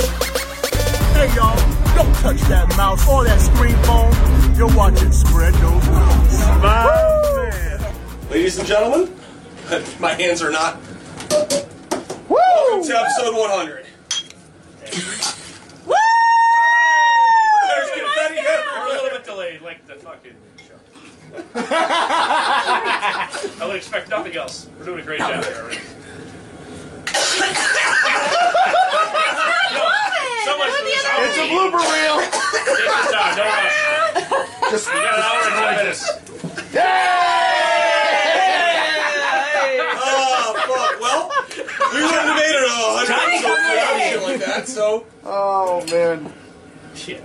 Hey y'all, don't touch that mouse or that screen phone. You're watching Spread Those Rules. Ladies and gentlemen, my hands are not. Welcome to episode 100. There's confetti We're a everywhere. little bit delayed, like the fucking show. I would expect nothing else. We're doing a great job here. already. So much for this hour. It's a blooper reel. Take your time, don't rush. Just- We got an hour and ten minutes. Oh, fuck. Well, we wouldn't have made it all 100 episodes without shit like that, so. oh man. Shit.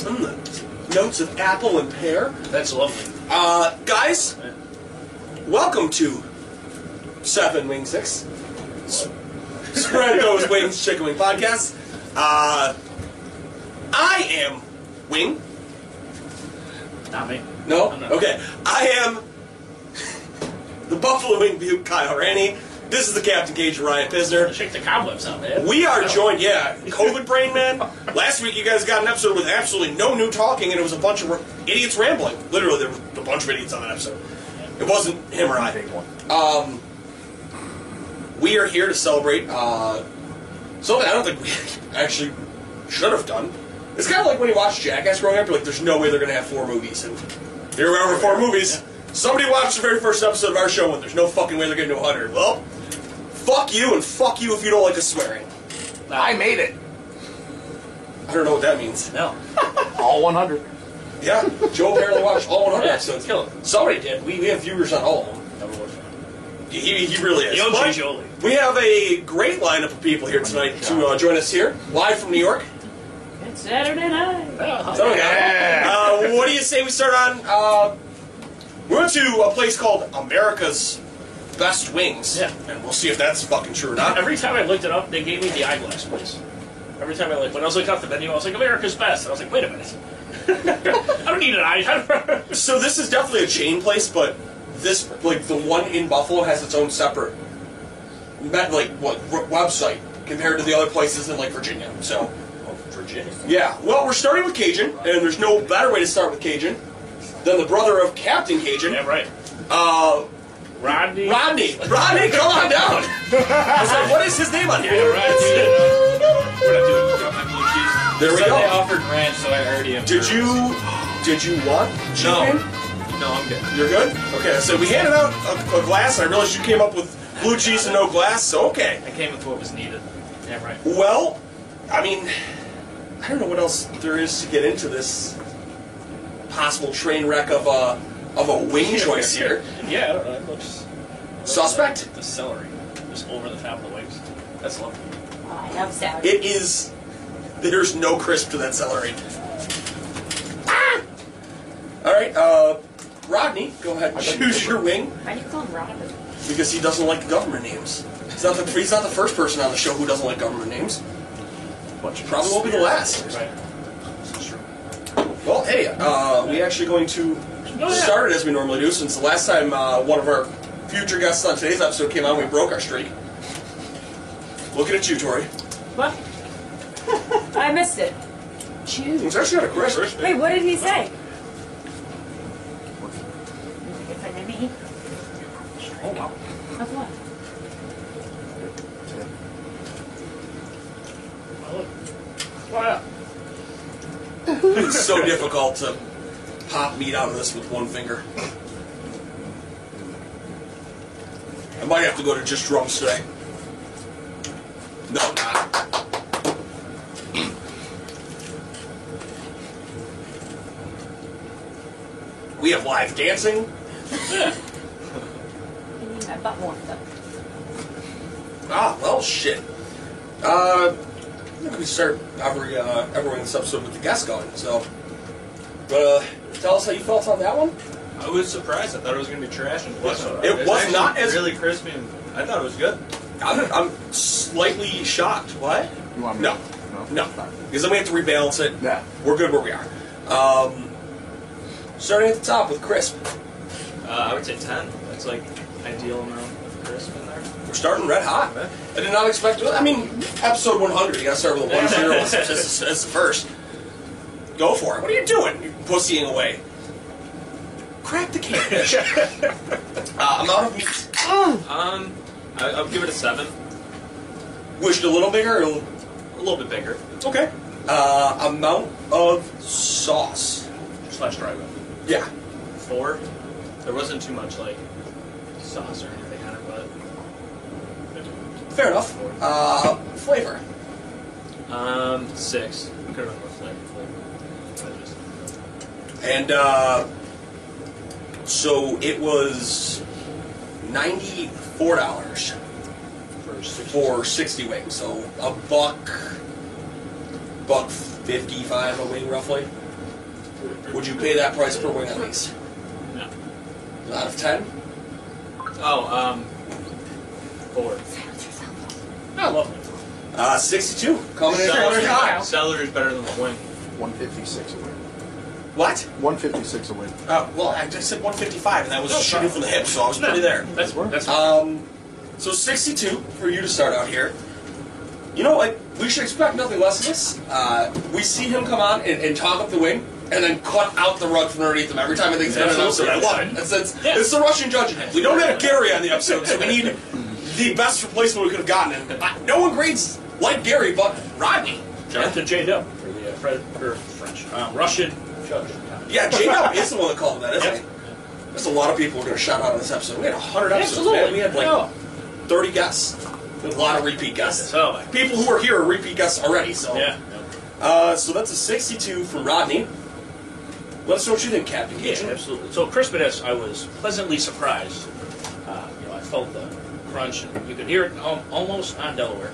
Mm, Notes of apple and pear. That's lovely. Uh, guys, welcome to Seven Wing Six. S- Spread those wings, chicken wing podcast. Uh, I am Wing. Not me. No? I'm not. Okay. I am the Buffalo Wing Butte Kyle Rennie. This is the Captain Gage Ryan Pisner. Shake the cobwebs out, man. We are joined, yeah, COVID brain man. Last week you guys got an episode with absolutely no new talking, and it was a bunch of r- idiots rambling. Literally, there was a bunch of idiots on that episode. It wasn't him or I. Um, we are here to celebrate uh, something I don't think we actually should have done. It's kind of like when you watch Jackass growing up, you're like, there's no way they're going to have four movies. And here we are with four movies. Somebody watched the very first episode of our show, and there's no fucking way they're going to do 100. Well, fuck you, and fuck you if you don't like the swearing. I made it. I don't know what that means. No. All 100. Yeah, Joe apparently watched all 100 Yeah, episodes. kill it. Somebody did. We, we have viewers on all of them. Never was. He, he really is. The OG But Jolie. We have a great lineup of people here tonight to uh, join us here, live from New York. It's Saturday night. Is that what we got? Uh, what do you say we start on? Uh, we went to a place called America's Best Wings. Yeah. And we'll see if that's fucking true or not. Every time I looked it up, they gave me the eyeglass place. Every time I like, when I was looking up the menu, I was like, America's best. And I was like, wait a minute. I don't need an eye. So this is definitely a chain place, but this like the one in Buffalo has its own separate met like what w- website compared to the other places in like Virginia. So Oh, Virginia. yeah, well we're starting with Cajun, and there's no better way to start with Cajun than the brother of Captain Cajun, Yeah, right. uh, Rodney. Rodney. Rodney, come on down. I was like, what is his name on Yeah, here? right. We're not doing it. There we So They go. offered ranch, so I already am. Did you did you want No. chicken? No, I'm good. You're good? Okay, so we handed out a, a glass. I realized you came up with blue cheese and no glass, so okay. I came with what was needed. Yeah, right. Well, I mean, I don't know what else there is to get into this possible train wreck of a, of a wing choice here. Yeah, I don't know. It looks. Suspect? The celery, just over the top of the wings. That's lovely. Oh, I love Saturday. It is. There's no crisp to that celery. Ah! All right, uh, Rodney, go ahead. Choose your wing Why do you call him Robin? because he doesn't like government names. He's not the, he's not the first person on the show who doesn't like government names. Bunch of Probably won't be the last. Right. Well, hey, uh, we actually going to start it as we normally do, since the last time uh, one of our future guests on today's episode came on, we broke our streak. Looking at you, Tori. What? I missed it. Chew. It's actually not a crisp. Wait, what did he say? Good friend of me. Oh wow. Of what? Well, look. Wow. It's so difficult to pop meat out of this with one finger. I might have to go to just drums today. No, I'm not. We have live dancing. I need my butt warmed up. Ah, well, shit. Uh, I think we start every uh, everyone's episode with the guest going. So, uh, tell us how you felt on that one. I was surprised. I thought it was going to be trash and it wasn't. It It's was actually not as- really crispy. And I thought it was good. I'm, I'm slightly shocked. What? You want me No, to- no, because then we have to rebalance it. Yeah. we're good where we are. Um, starting at the top with crisp. Uh, I would say ten. That's like ideal amount of crisp in there. We're starting red hot. I did not expect. I mean, episode 100. You got to start with a one zero as, as, as the first. Go for it. What are you doing? You're pussying away. Crack the can. uh, amount of meat Um, I, I'll give it a seven. wished a little bigger. or a little- A little bit bigger. Okay. Uh, amount of sauce. Slash dry rub. Yeah. Four. There wasn't too much like sauce or anything on it, but Fair enough. Uh, flavor. um, six. We could have more flavor. flavor. I just- And uh, so it was ninety four dollars. For six. for 60 wings, so a buck, buck 55 a wing roughly. Would you pay that price per wing at least? No. Out of 10? Oh, um, four. I Oh, love it. Uh, 62, coming in at Celery, another high. celery is better than the wing. 156 away. What? 156 away. Uh, well, I just said 155, and that was shooting from the hip, so I was pretty there. That's that's Um, so 62 for you to start out here. You know what? We should expect nothing less of this. Uh, we see him come on and, and talk up the wing, and then cut out the rug from underneath him every time I think he's done an episode. I love it. That's, that's, Yeah. It's the Russian judge in him. We don't have Gary on the episode, so we need the best replacement we could have gotten. And I, no one grades like Gary, but Rodney. Jonathan J. Dub for the uh, Fred, or French uh, Russian judge. Yeah, J Dub is the one that called him that, isn't he? There's a lot of people we're going to shout out on this episode. We had 100 episodes, man. We had like No. 30 guests. A lot of repeat guests. Oh my. People who are here are repeat guests already, so. Yeah. Uh, so that's a 62 from Rodney. Let us know what you think, Captain Yeah, Cajun. absolutely. So crispiness, I was pleasantly surprised. Uh, you know, I felt the crunch, and you could hear it al- almost on Delaware.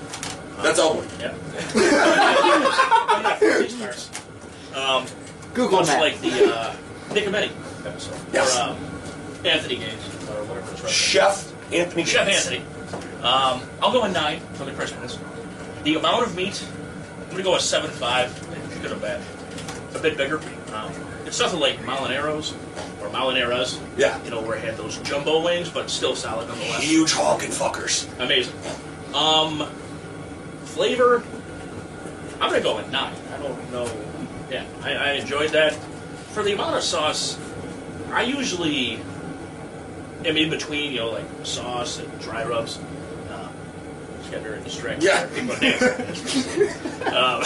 That's all. Yep. I'm not from these parts. Um, Google much Maps. like the uh, Nicometti episode, Yes. or um, Anthony Gaines, or whatever it's right. Chef Anthony. Chef Gaines. Anthony. Um, I'll go a nine for the crispiness. The amount of meat, I'm gonna go a seven five. You could have bet a bit bigger. Um, it's nothing like Molineros or Molineras. Yeah. You know where I had those jumbo wings, but still solid nonetheless. Huge honking fuckers. Amazing. Um, flavor. I'm gonna go with nine. I don't know. Yeah, I, I enjoyed that. For the amount of sauce, I usually am in between, you know, like sauce and dry rubs. Uh, just got very distracted. Yeah. People dancing. um,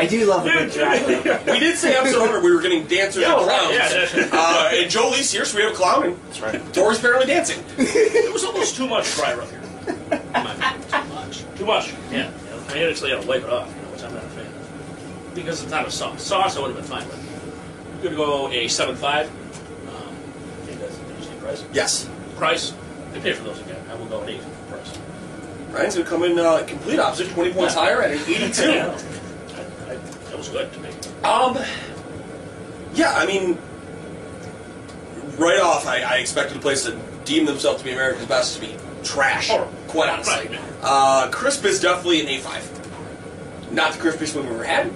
I do love a good dry rub. We did say episode 100 we were getting dancers Yeah, all around. yeah, that's- uh, and Jolie's here, so we have a clown. And That's right. Dory's barely dancing. it was almost too much dry rub here. In my opinion, Too much. Too much. Yeah. You know, I actually had to wipe it off, you know, which I'm not a fan of. Because it's not a sauce. Sauce I would have been fine with. I'm going to go a 7.5. Um, I think that's an interesting price. Yes. Price, they pay for those again. I will go an 8 for price. Ryan's gonna come in uh, complete opposite, 20 points Yeah. higher at an 82. Yeah. I, I, that was good to me. Um, yeah, I mean, right off, I, I expected a place to deem themselves to be America's best to be trash. Oh, quite honestly, right. uh, crisp is definitely an A5. Not the crispiest one we ever had,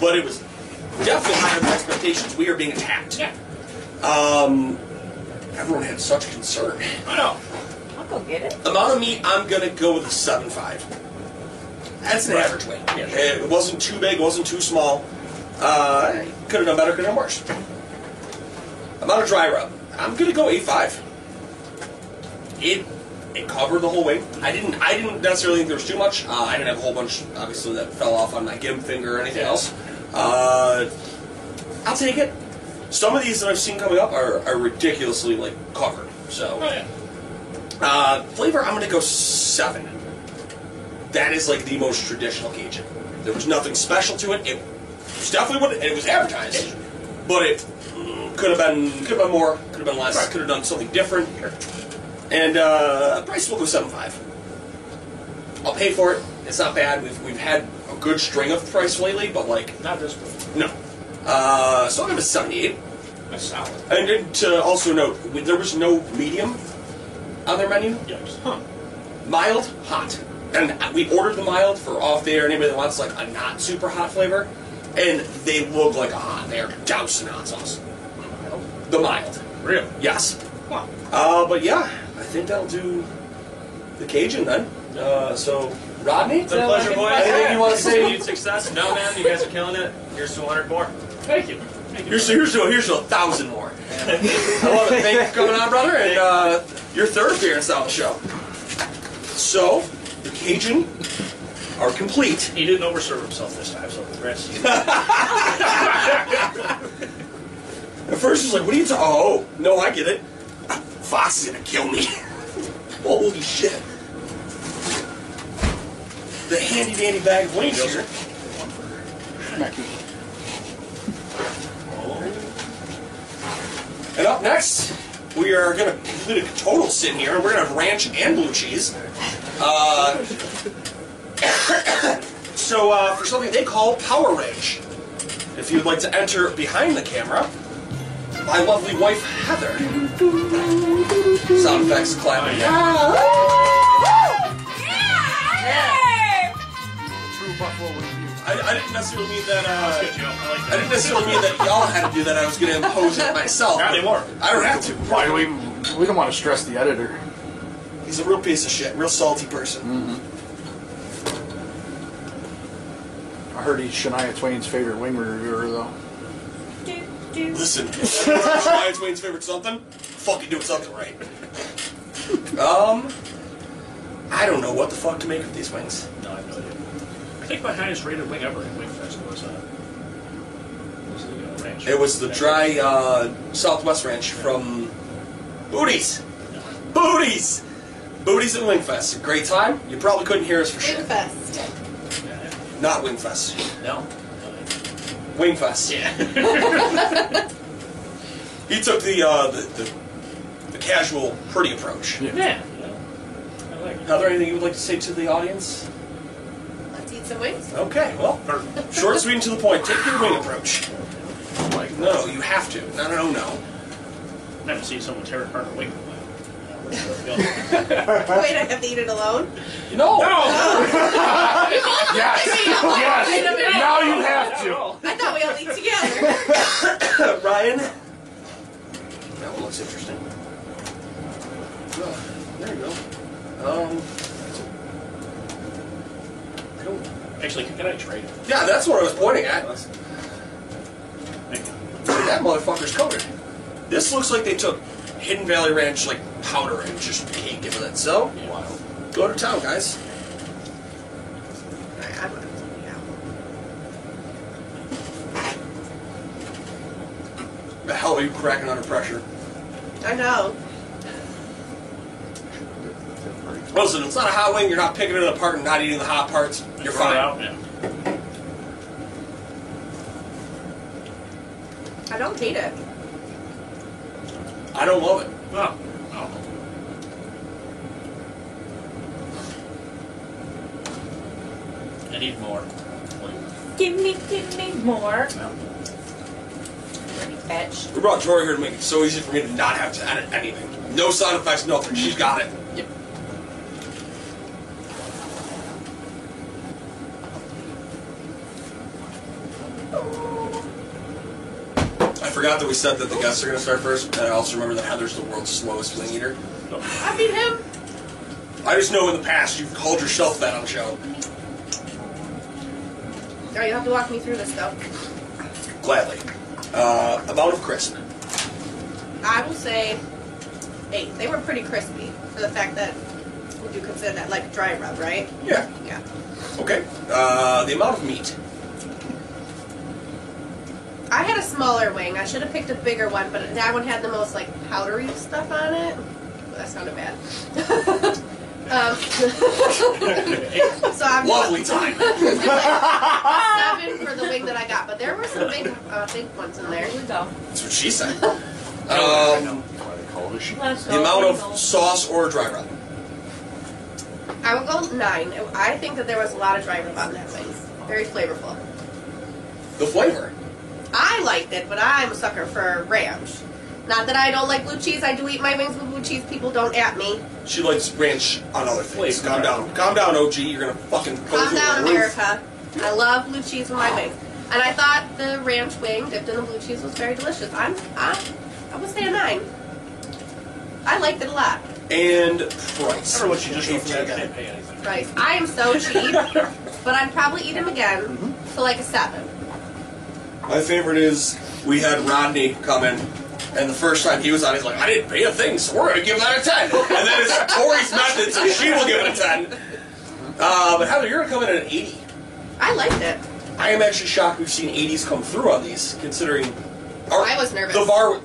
but it was definitely higher than expectations. We are being attacked. Yeah. Um, everyone had such concern. I know. I'll go get it. Amount of meat, I'm gonna go with a seven five. That's an average weight. Yeah. It wasn't too big, wasn't too small. Uh, could have done better, could have done worse. Amount of dry rub, I'm gonna go eight five. It it covered the whole weight. I didn't I didn't necessarily think there was too much. Uh, I didn't have a whole bunch, obviously, that fell off on my gimp finger or anything else. Uh, I'll take it. Some of these that I've seen coming up are, are ridiculously like covered. So Oh, yeah. Uh, flavor, I'm gonna go seven. That is like the most traditional Cajun. There was nothing special to it. It was definitely what and it was advertised, but it could have been could have been more, could have been less, could have done something different. And uh, price will go seven five. I'll pay for it. It's not bad. We've we've had a good string of price lately, but like Not this one. no. Uh, so I'm gonna seventy eight. That's solid. And then to also note, we- there was no medium on their menu. Yikes. Mild, hot. And we ordered the mild for off the air. Anybody that wants like a not super hot flavor, and they look like a hot. They are dousing hot sauce. The mild. Really? Yes. Wow. Uh, but yeah, I think that'll do the Cajun then. Uh, so Rodney, It's a pleasure, boys. Anything you want to say? Continued success. No, man, you guys are killing it. Here's 200 more. Thank you. Thank you. Here's here's here's a thousand more. I love it. Thank you for coming on, brother, and uh, your third beer and South show. So the Cajun are complete. He didn't overserve himself this time, so congrats. to you. At first, it's like, "What are you talking?" Oh, no, I get it. Fox is gonna kill me. Holy shit! The handy dandy bag of wings here. And up next, we are going to complete a total sit here, and we're going to have ranch and blue cheese. Uh, so, uh, for something they call Power Range. If you'd like to enter behind the camera, my lovely wife Heather. Sound effects Oh, clapping. True Buffalo review. I, I didn't necessarily mean that. Good Uh, joke. I like I that. didn't necessarily mean that y'all had to do that. I was going to impose it myself. Now they were. I don't have to. Why do we? We don't want to stress the editor. He's a real piece of shit, real salty person. Mm. I heard he's Shania Twain's favorite wing reviewer, though. Listen, Shania Twain's favorite something. Fucking doing something right. Um, I don't know what the fuck to make of these wings. No, I have no idea. I think my highest rated wing ever at Wingfest was, uh, was the uh, ranch. It was the dry uh, Southwest Ranch from Booties, Booties, Booties at Wingfest. A great time. You probably couldn't hear us for shit. Wingfest. Not Wingfest. No. Wingfest. Yeah. He took the uh, the, the the casual, pretty approach. Yeah. I like it. Heather, anything you would like to say to the audience? Let's eat some wings. Okay, well, short, sweet, and to the point. Take your wing approach. Like, no, you have to. No, no, no, no. Never seen someone tear apart a wing. in a while. Wait, I have to eat it alone? You know. Yes. Wait a yes. minute. Now you have to. I thought we all ate together. Ryan. That one looks interesting. Oh, there you go. Um. I don't- Actually, can I trade it? Yeah, that's what I was pointing at. Thank you. That motherfucker's coated. This looks like they took Hidden Valley Ranch like powder and just caked it with it. So, Wow. go to town, guys. The hell are you cracking under pressure? I know. Listen, it's not a hot wing. You're not picking it apart and not eating the hot parts. You're Throw it fine. Out. Yeah. I don't hate it. I don't love it. Well, oh. I need more. Give me, give me more. Dirty bitch. We brought Jory here to make it so easy for me to not have to edit anything. No sound effects, nothing. She's got it. I forgot that we said that the guests are going to start first, and I also remember that Heather's the world's slowest wing eater. I beat him. I just know in the past you've called yourself that on the show. All right, you'll Oh, have to walk me through this though. Gladly. Uh, amount of crisp. I will say eight. They were pretty crispy for the fact that would you consider that like dry rub, right? Yeah. Yeah. Okay. Uh, the amount of meat. I had a smaller wing. I should have picked a bigger one, but that one had the most like powdery stuff on it. but that sounded bad. um, so I'm Lovely time. seven for the wig that I got, but there were some big, uh, big ones in there. Here we go. That's what she said. Um, Let's the go. amount Let's go. of sauce or dry rub. I would go nine. I think that there was a lot of dry rub on that wing. Very flavorful. The flavor. I liked it, but I'm a sucker for ranch. Not that I don't like blue cheese. I do eat my wings with blue cheese. People don't at me. She likes ranch on other things. Wait, Calm down. Calm down, OG. You're gonna fucking go Calm through down, the roof. America. I love blue cheese with my wings. And I thought the ranch wing dipped in the blue cheese was very delicious. I'm, I, I would say a nine. I liked it a lot. And price. Remember what she just Eight wrote for that? I together. didn't pay anything. Right. I am so cheap, but I'd probably eat them again. So like a seven. My favorite is we had Rodney come in, and the first time he was on, he's like, I didn't pay a thing, so we're gonna give that a 10. And then it's Tori's method, so she will give it a 10. Uh, but Heather, you're gonna come in at an 80. I liked it. I am actually shocked we've seen 80s come through on these, considering. our- I was nervous. The bar.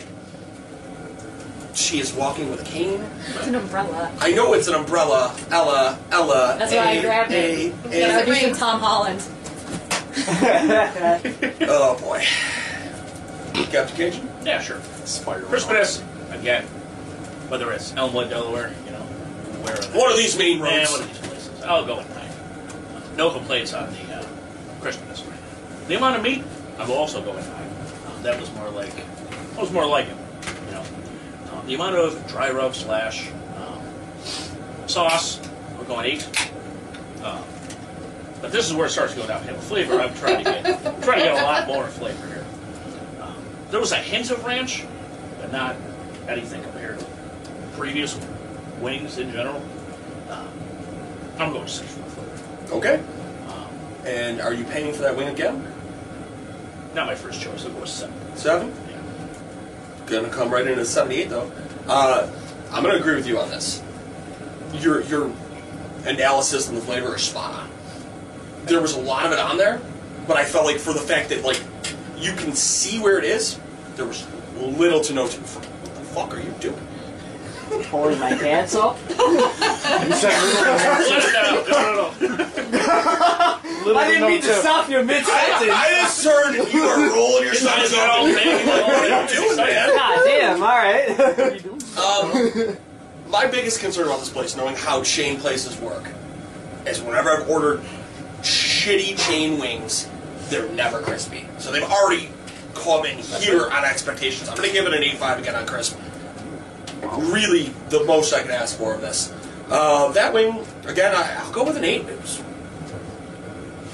She is walking with a cane. It's an umbrella. I know it's an umbrella. Ella, Ella. That's why I A, grabbed it. A, A. Yeah, I auditioned Tom Holland. Oh boy. Captain Cajun? Yeah, sure. Spiral. Crispiness, again. Whether it's Elmwood, Delaware, you know, where are they? One of these main Eh, roads. one of these places. I'll go with nine. No complaints on the uh, crispness. The amount of meat, I'm also going nine. Um, that was more like, that was more like it. You know, um, the amount of dry rub slash um, sauce, we're going eight. Um, but this is where it starts going downhill. Flavor, I'm trying to get, I'm trying to get a lot more flavor here. Um, there was a hint of ranch, but not anything compared to previous wings in general. Um, I'm going six for the flavor. Okay. Um, And are you paying for that wing again? not my first choice. I'll go with seven. Seven? Yeah. Gonna come right in at 78 though. Uh, I'm gonna agree with you on this. Your your analysis and the flavor are spot on. There was a lot of it on there, but I felt like for the fact that like you can see where it is, there was little to no. T- what the fuck are you doing? Pulling my pants up. You said little, no, no, no, no. little I didn't no mean to tip. stop you mid sentence. I just heard you were rolling your sides out. man. Like, what are you doing, man? God damn! All right. Um, my biggest concern about this place, knowing how chain places work, is whenever I've ordered shitty chain wings, they're never crispy. So they've already come in here on expectations. I'm gonna give it an 8.5 again on crisp. Really, the most I can ask for of this. Uh, that wing, again, I, I'll go with an 8. It was-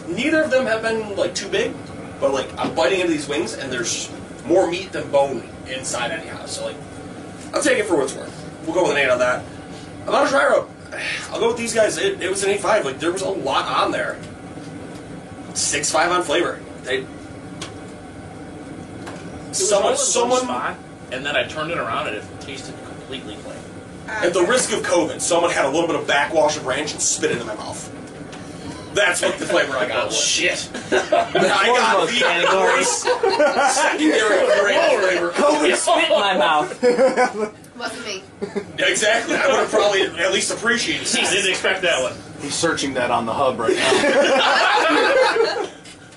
neither of them have been like too big, but like I'm biting into these wings and there's more meat than bone inside anyhow. So like I'll take it for what's worth. We'll go with an eight on that. About a dry rub. I'll go with these guys. It, it was an eight five. Like there was a lot on there. Six five on flavor. They. It was all Someone, in one someone, spot, and then I turned it around and it tasted completely plain. Oh, at the risk of COVID, someone had a little bit of backwash of ranch and spit it in my mouth. That's what the flavor I got. was. shit! I got the worst secondary ranch flavor. COVID Oh, spit in my mouth. Wasn't me. Exactly. I would have probably at least appreciated I it. didn't expect that one. He's searching that on the hub right now.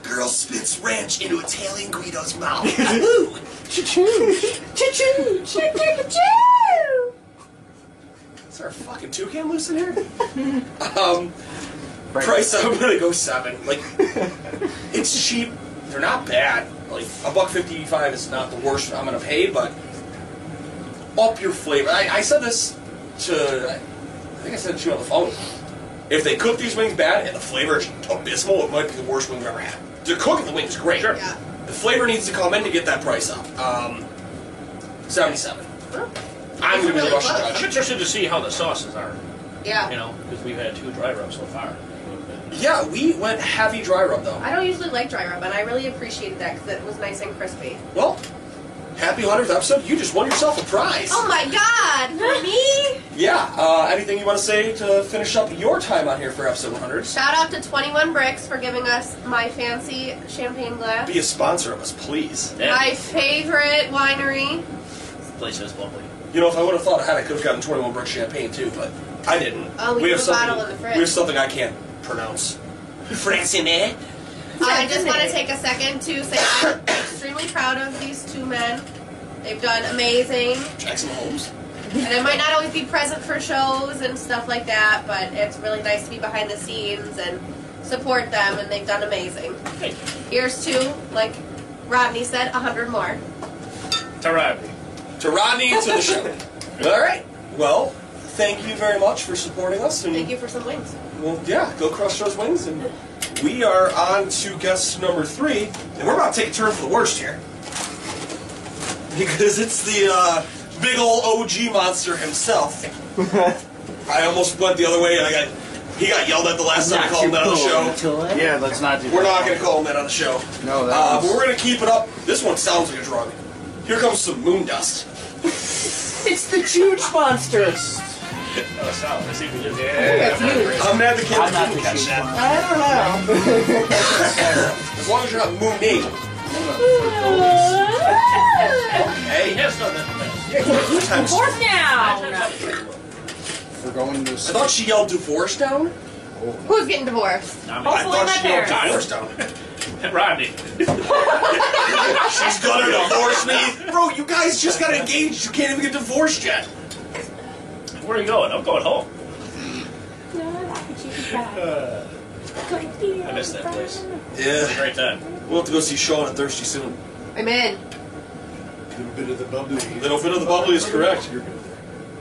Girl spits ranch into Italian Guido's mouth. Is there a fucking toucan loose in here? um, Right. price, I'm gonna go seven. Like, it's cheap. They're not bad. Like, a buck fifty-five is not the worst I'm gonna pay, but up your flavor. I, I said this to, I think I said it to you on the phone. If they cook these wings bad and the flavor is abysmal, it might be the worst wing we've ever had. They're cooking the wings great. Sure. Yeah. The flavor needs to come in to get that price up. Um, 77. I'm going to be the Russian I'm judge. interested to see how the sauces are. Yeah. You know, because we've had two dry rubs so far. Mm-hmm. Yeah, we went heavy dry rub though. I don't usually like dry rub, and I really appreciated that because it was nice and crispy. Well, happy 100th episode. You just won yourself a prize. Oh my god! For me? Yeah, uh, anything you want to say to finish up your time on here for episode 100? Shout out to 21 Bricks for giving us my fancy champagne glass. Be a sponsor of us, please. Yeah. My favorite winery. place is lovely. You know, if I would have thought ahead, I could have gotten 21 Brick Champagne too, but I didn't. Oh, we have a something- bottle in the fridge. We have something I can't pronounce. Francinet? I just want to take a second to say I'm extremely proud of these two men. They've done amazing, Jackson Holmes? and I might not always be present for shows and stuff like that, but it's really nice to be behind the scenes and support them, and they've done amazing. Hey, Here's to, like Rodney said, a hundred more. Tarabi. Oh, To Rodney and to the show. All right. Well, thank you very much for supporting us. And Thank you for some wings. Well, yeah, go cross those wings. And we are on to guest number three, and we're about to take a turn for the worst here. Because it's the uh, big old OG monster himself. I almost went the other way, and I got he got yelled at the last time I called him that on the show. Yeah, let's not do We're that. not going to call him that on the show. No, that uh, was- but we're going to keep it up. This one sounds like a drug. Here comes some moon dust. It's the huge monster. Oh, solid. Let's see if we do. That's huge. I'm mad the kids I'm not the didn't catch huge that. one. I don't know. As long as you're not moon naked. Hey, yes, no, that, Yeah, two times. I Fourth now. We're going to. s- thought she yelled divorce down. Who's getting divorced? that. I Hopefully thought not she yelled there. divorce down. Rodney. She's gonna divorce me, bro. You guys just got engaged. You can't even get divorced yet. Where are you going? I'm going home. Uh, I miss that place. Yeah, Great time. we'll have to go see Sean at Thirsty soon. I'm in. Um, Little bit of the bubbly. Little bit of the bubbly is correct. You're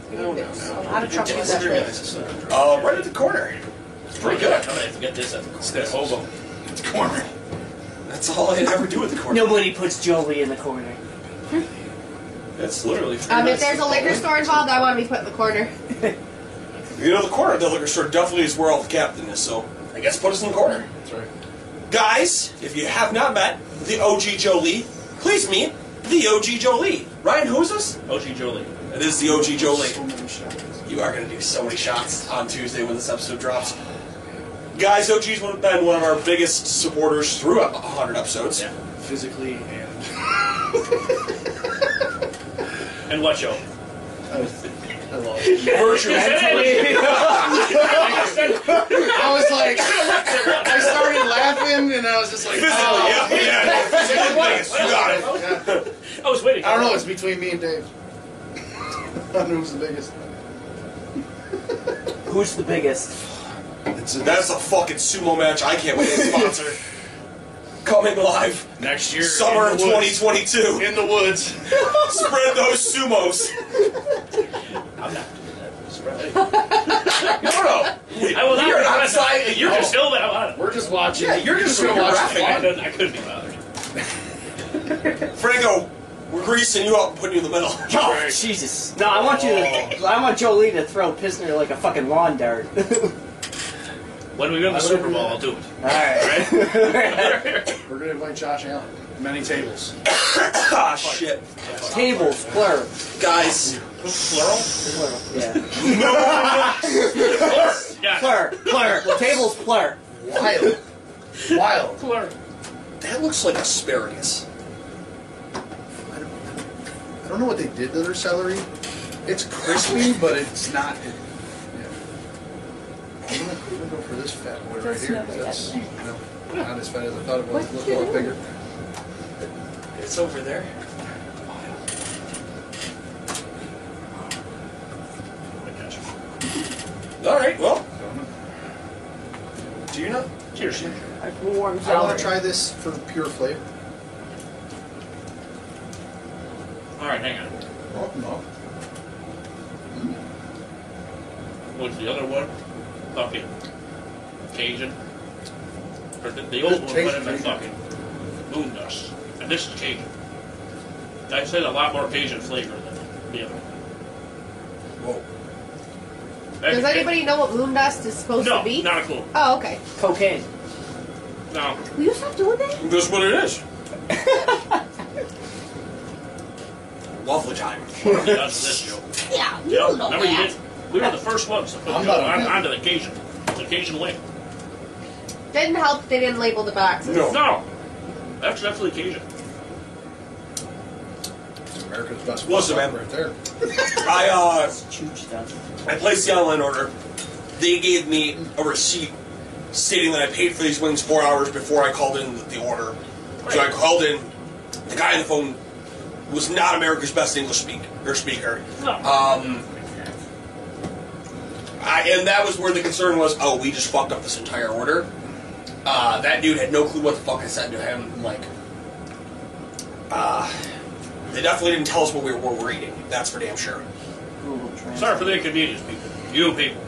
good. A lot of trouble with that place. Uh, right at the corner. It's pretty good. I'm gonna have to get this at the corner. Hobo. It's corner. That's all I ever do at the corner. Nobody puts Jolie in the corner. That's literally. three Um, if minutes there's to a the liquor corner. store involved, I want to be put in the corner. You know, the corner of the liquor store definitely is where all the captain is, so I guess put us in the corner. That's right. Guys, if you have not met the OG Jolie, please meet the OG Jolie. Ryan, who is this? OG Jolie. It is the OG Jolie. So many shots. You are going to do so many shots on Tuesday when this episode drops. Guys, OG's one- been one of our biggest supporters throughout 100 episodes. Yeah. Physically and. And what show? I was- I love it. Mentally. I was like, I started laughing and I was just like, Physically, oh. yeah, yeah, no, physically the biggest. You got it. I was waiting. I don't know. It's between me and Dave. I knew it was the biggest. Who's the biggest? It's a, That's a fucking sumo match I can't wait to sponsor. Coming live next year. summer of in the woods. 2022. In the woods. Spread those sumos. I'm not doing that. No, no. We, I will not. we are be not present. signing. You're just no. filming. I'm on it. We're just watching. Yeah, you're just We're graphic. fun. I couldn't- I couldn't be bothered. Franco, we're greasing you up and putting you in the middle. Oh, Jesus. No, I want you to. I want Jolie to throw Pisner like a fucking lawn dart. When we win the Super Bowl, I'll do it. Alright. We're gonna invite Josh Allen. Many tables. Ah, shit. Tables, plural. Guys, Plural? Plural. Yeah. Yeah. Plur. Plur. Tables, plur. Wild. Wild. Plural. that looks like asparagus. I don't know what they did to their celery. It's crispy, but it's not. It, yeah. I'm gonna, I'm gonna go for this fat boy right That's here. not 'cause bad. That's you know, not as fat as I thought it was. What Look a you lot bigger. It's over there. All right. Well, do you know? Cheers. Warm I want to try this for pure flavor. All right, hang on. Oh, no. Hmm? What's the other one? Fucking Cajun. Or the, the old one went in the Cajun. fucking moon dust. And this is Cajun. I said a lot more Cajun flavor than the other. one. Whoa. Does anybody know what moon dust is supposed No, to be? not a clue. Oh, okay. Cocaine. No. Will you stop doing that? That's what it is. Lovely time. Nobody does this show. Yeah, you Yeah, don't know remember you that. did. We were the first ones to put I'm the not on, a- onto the Cajun. The Cajun link. Didn't help. They didn't label the boxes. No. No. That's definitely Cajun. America's best. Listen, pub man. right there. I uh, Chooch stuff. I placed the online order. They gave me a receipt stating that I paid for these wings four hours before I called in with the order. So I called in. The guy on the phone was not America's best English speak or speaker. Um, I, and that was where the concern was. Oh, we just fucked up this entire order. Uh, that dude had no clue what the fuck I said to him. Like, uh, they definitely didn't tell us what we were, what we were eating. That's for damn sure. Google Translate. Sorry for the inconvenience, people. You people.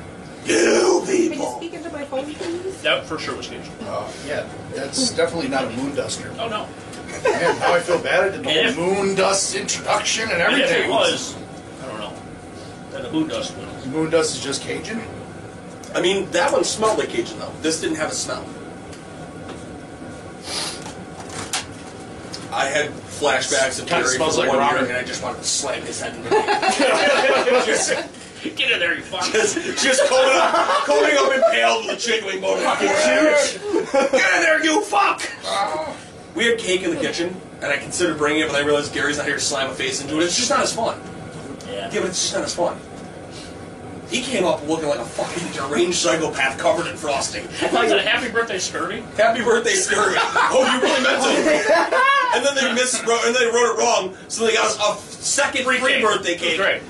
You Can you people. speak into my phone, please? That for sure was huge. Oh. Uh, yeah, that's definitely not a moon duster. Oh no. Man, now I feel bad. I did the And whole if- moon dust introduction and And if everything. it was, I don't know. Then the moon dust would. Moon dust is just Cajun. I mean, that one smelled like Cajun though. This didn't have a smell. I had flashbacks of Kinda Terry from smells like one year, Robert. and I just wanted to slam his head. Into just, Get in there, you fuck. just, just coating up, coating up impaled with the jiggling motor. Get in there, you fuck! We had cake in the kitchen, and I considered bringing it, but I realized Gary's not here to slam a face into it. It's just not as fun. Yeah. Yeah, but it's just not as fun. He came up looking like a fucking deranged psychopath covered in frosting. I thought it was a happy birthday, Scurvy. Happy birthday, Scurvy. oh, you really meant to. and then they miswrote, and they wrote it wrong, so they got us a f- second free, cake. birthday cake. Great.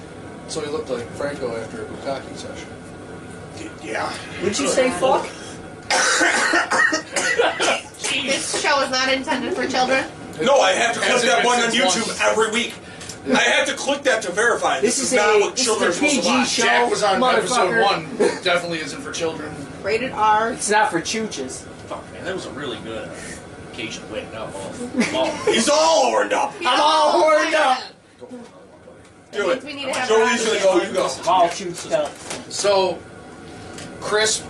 So he looked like Franco after a bukkake session. Yeah. Would you say fuck? This show is not intended for children. No, I have to click As that if button on it's YouTube lunch. every week. I have to click that to verify. This, This is not a- what this is children a are supposed to PG watch. show. Jack was on episode Motherfucker. one. Definitely isn't for children. Rated R. It's not for chooches. Fuck, man, that was a really good uh, Cajun wig. No, oh, oh. He's all horned up. I'm all Oh, horned up. Do it. We need to have Jolie's gonna go. You go. All chooch stuff. So, Chris,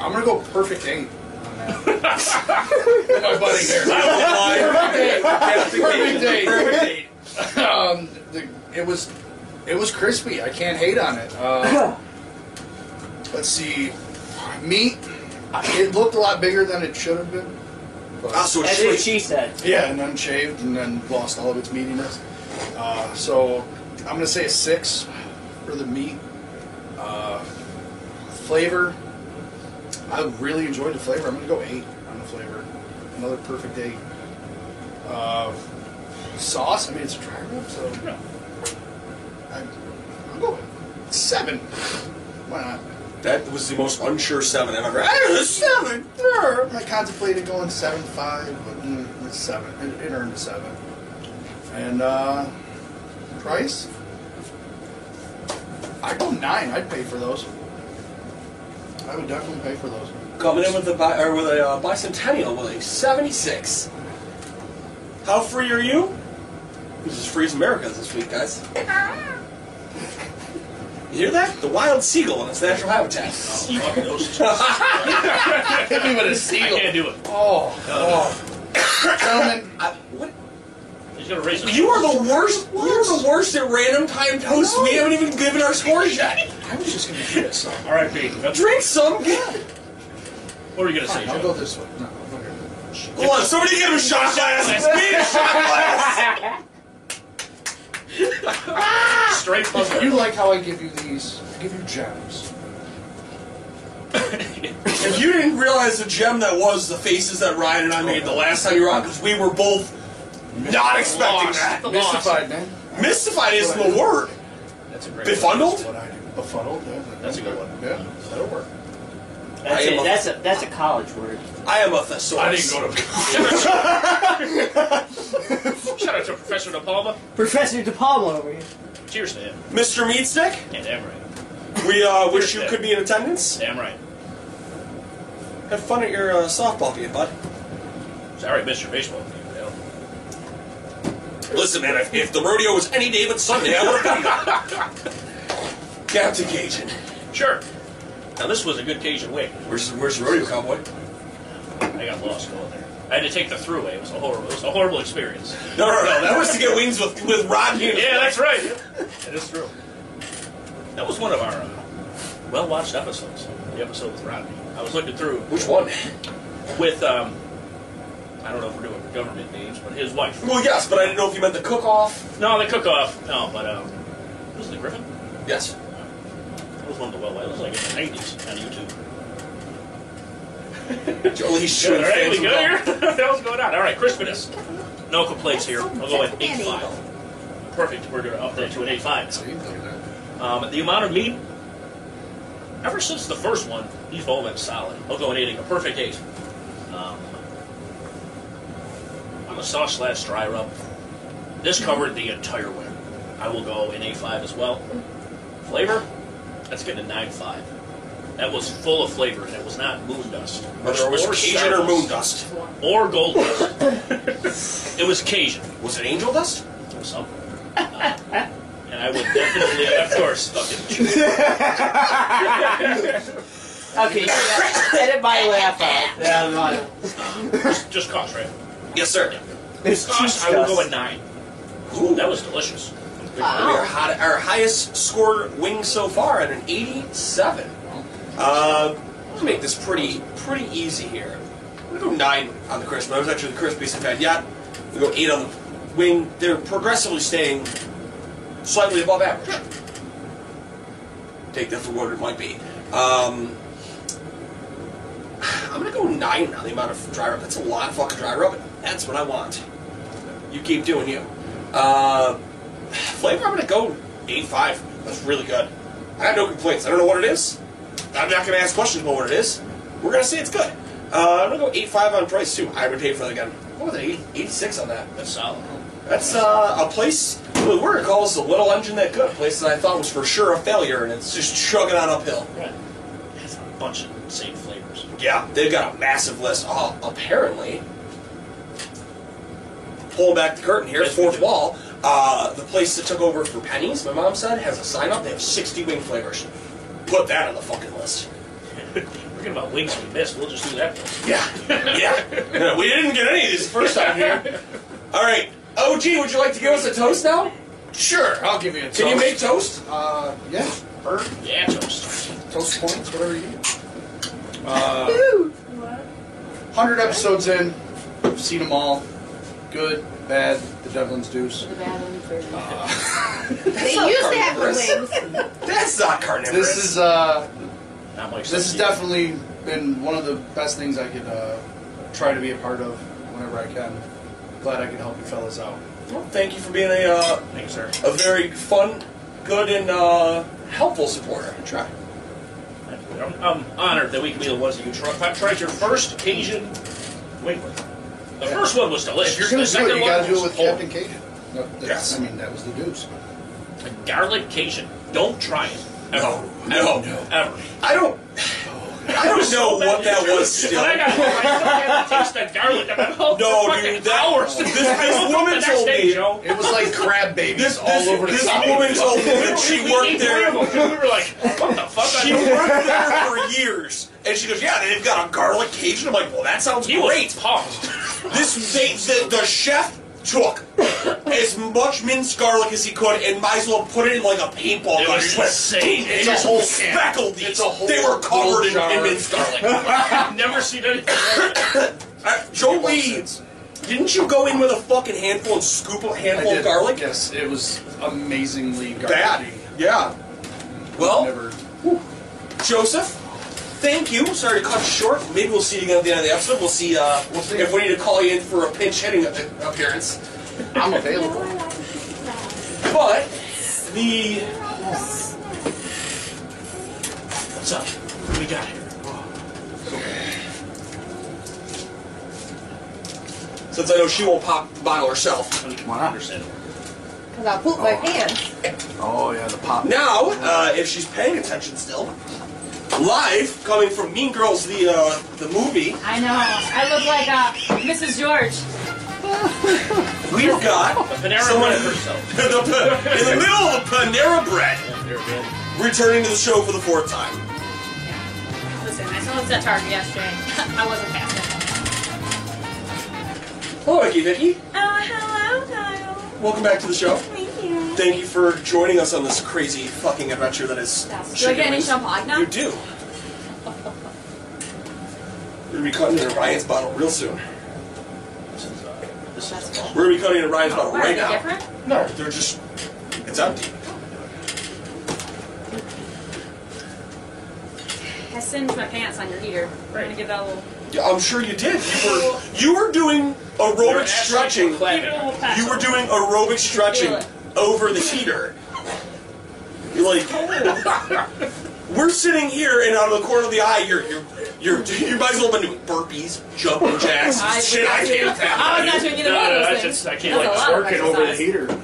I'm gonna go perfect eight. on that. My buddy here. Perfect date. um, the, it was it was crispy. I can't hate on it. Uh, let's see, meat. It looked a lot bigger than it should have been. but- Also, That's what she said. yeah, and unshaved, and then lost all of its meatiness. Uh, so I'm gonna say a six for the meat. Uh, flavor. I really enjoyed the flavor. I'm gonna go eight on the flavor. Another perfect eight. Uh, sauce. I mean, it's a dry rub, so I, I'll go with seven. Why not? That was the most unsure seven I've ever had. Seven. I contemplated going seven five, but mm, it's seven. It, it earned a seven. And uh, price? I go nine. I'd pay for those. I would definitely pay for those. Coming in with a bi- or with a uh, bicentennial with a seventy-six. How free are you? This is free as America this week, guys. You hear that? The wild seagull in its natural habitat. Fuck those two. I Hit me with a seal. can't do it. Oh, oh. gentlemen, I, what? He's gonna raise it. You are the worst. You are the worst at random timed hosts. We haven't even given our scores yet. I was just gonna do this. R.I.P. That's- Drink some. Come What are you gonna say, I'll go Joe? this way. No, I'll go here. on, somebody give him a shot glass. We need a shot glass. Straight buzzer. You like how I give you these? I give you gems. If you didn't realize the gem that was the faces that Ryan and I made the last time you were on, because we were both not expecting that. Mystified, man. Mystified isn't the word. That's a great. That's Befuddled? what I do. Befuddled. Yeah, That's a good one. Yeah, that'll work. That's a, that's a that's a college word. I am a thesaurus. to. Shout out to Professor De Palma. Professor De Palma over here. Cheers to him. Mr. Meatstick, Yeah, damn right. we uh, wish you could be in attendance. Damn right. Have fun at your uh, softball game, bud. Sorry, Mr. Baseball. you know. Listen, man, if, if the rodeo was any day but Sunday, I would be there. Captain Cajun. Sure. Now this was a good Cajun wig. Where's, where's the rodeo cowboy? I got lost going there. I had to take the throughway. It was a horrible. It was a horrible experience. No, no, no, that was to get wings with, with Rodney. and- Yeah, that's right. That is true. That was one of our uh, well-watched episodes. The episode with Rodney. I was looking through Which one? with um, I don't know if we're doing government names, but his wife. Well, yes, but I didn't know if you meant the cook off. No, the cook off. No, but um, was the Griffin? Yes. That was one of the well. That was like in the 90s on YouTube. Jolie All shooting right, fans we in good the here? what the hell's going on? All right, Crispinus. No complaints here. I'll go with 8.5. Perfect. We're going to up that to an 8.5. So you've done that. Um, the amount of meat, ever since the first one, he's all been solid. I'll go an 8, a perfect 8. Um, on the sauce slash dry rub, this covered the entire winter. I will go an 8.5 as well. Flavor, that's getting a 9.5. That was full of flavor, and it was not moon dust. Whether it was Cajun or Starbucks moon dust. or gold dust. it was Cajun Was it angel dust? or something. Uh, and I would definitely, of course, fucking. Okay, you gotta edit my laugh out. Yeah, I'm not. Just cost, right? Yes, sir. It's Cost, cheese I will dust. go with nine. Ooh, That was delicious. Our, hot, our highest score wing so far at an 87. Uh, let's make this pretty pretty easy here. We go nine on the crisp. That was actually the crispiest I've had yet. We go eight on the wing. They're progressively staying slightly above average. Take that for what it might be. Um, I'm gonna go nine on the amount of dry rub. That's a lot of fucking dry rub. That's what I want. You keep doing you. Uh, Flavor, I'm gonna go eight five. That's really good. I got no complaints. I don't know what it is. I'm not gonna ask questions about what it is. We're gonna say it's good. Uh, I'm gonna go eight five on price too. I would pay for that again. What was it? Eight eight six on that. That's solid. That's uh, a place. Well, we're gonna call this the little engine that could. A place that I thought was for sure a failure, and it's just chugging on uphill. Right. That's a bunch of same flavors. Yeah, they've got a massive list. Oh, apparently, pulling back the curtain here, Yes, we fourth do. wall. Uh, the place that took over for pennies, my mom said, has a sign up. They have 60 wing flavors. Put that on the fucking list. Forget about wings we missed. We'll just do that. First. Yeah, yeah. Yeah, we didn't get any of these the first time here. All right, OG, would you like to give us a toast now? Sure. I'll give you a toast. Can you make toast? Uh, yeah. Or Yeah, toast. toast points, whatever you need. Ooh. 100 Uh, episodes in. I've seen them all. Good, bad, the Devlin's Deuce. The bad one first. They used to have the wings. That's not carnivorous. This is, uh, Not much. this has definitely been one of the best things I could, uh, try to be a part of whenever I can. Glad I could help you fellas out. Well, thank you for being a uh, Thanks, sir. a very fun, good, and uh, helpful supporter. Try. I'm, I'm honored that we can be the ones that you tried. Tried your first Cajun wing. The first one was delicious. If you're gonna the do second it, you one gotta do it was with horrible. Captain Cajun. No, that's, Yes. I mean, that was the Deuce. A garlic Cajun. Don't try it. Ever. No, Ever. no. Ever. I don't. I don't know what that was. Still, When I got home, I still had to taste that garlic. I'm like, oh, No, fucking dude, that- hours. this- this woman the next told day, me- Joe. It was like crab babies this all this, over the this side. woman told me that We- she we ate worked three there. of them, and We were like, what the fuck? I She don't- worked there for years, and she goes, "Yeah, they've got a garlic Cajun." I'm like, "Well, that sounds He great." was pumped. This they, the, the chef took as much minced garlic as he could and might as well put it in like a paintball It gun. was He went, insane. It's It's a a whole can. speckled. It's a whole They were covered in, jar. in minced garlic. I've never seen anything like that. uh, Jolie, Nonsense. didn't you go in with a fucking handful and scoop a I handful did. of garlic? Yes, it was amazingly garlicky. Bad. Yeah. Well, Never. Joseph, thank you. Sorry to cut you short. Maybe we'll see you again at the end of the episode. We'll see, uh, We'll see. if we need to call you in for a pinch hitting a- appearance. I'm available. But the What's up? What do we got here? since I know she won't pop the bottle herself. Why not? Understandable. Because I'll poop my pants. Oh yeah, the pop. Now, uh, if she's paying attention still, live coming from Mean Girls the uh, the movie, I know. I look like uh, Mrs. George. we've got The Panera someone Bread in herself. the, in the middle of the Panera Bread There it is. returning to the show for the fourth time. Listen, I saw this at Target yesterday. I wasn't fast enough. Hello, Vicky. Vicky, Oh, hello, Kyle. welcome back to the show. Thank you. Thank you for joining us on this crazy fucking adventure that is. Do I chicken get any wings. champagne now? You do. We're gonna be cutting into Ryan's bottle real soon. We're gonna be cutting it Ryan's butt Are right they now. different? No, they're just it's empty. I singed my pants on your heater. We're gonna give that a little. Yeah, I'm sure you did. You were, you were doing They're aerobic actually stretching. clapping. Give it a little pat. You were doing aerobic stretching Feel it. over the heater. You're like, we're sitting here, and out of the corner of the eye, you're you're you're you might as well have been doing burpees, jumping jacks, I was shit. not I doing- can't I tap. was not doing either No, one no, of no, I those things. just- I can't, That's like, a lot of Working over the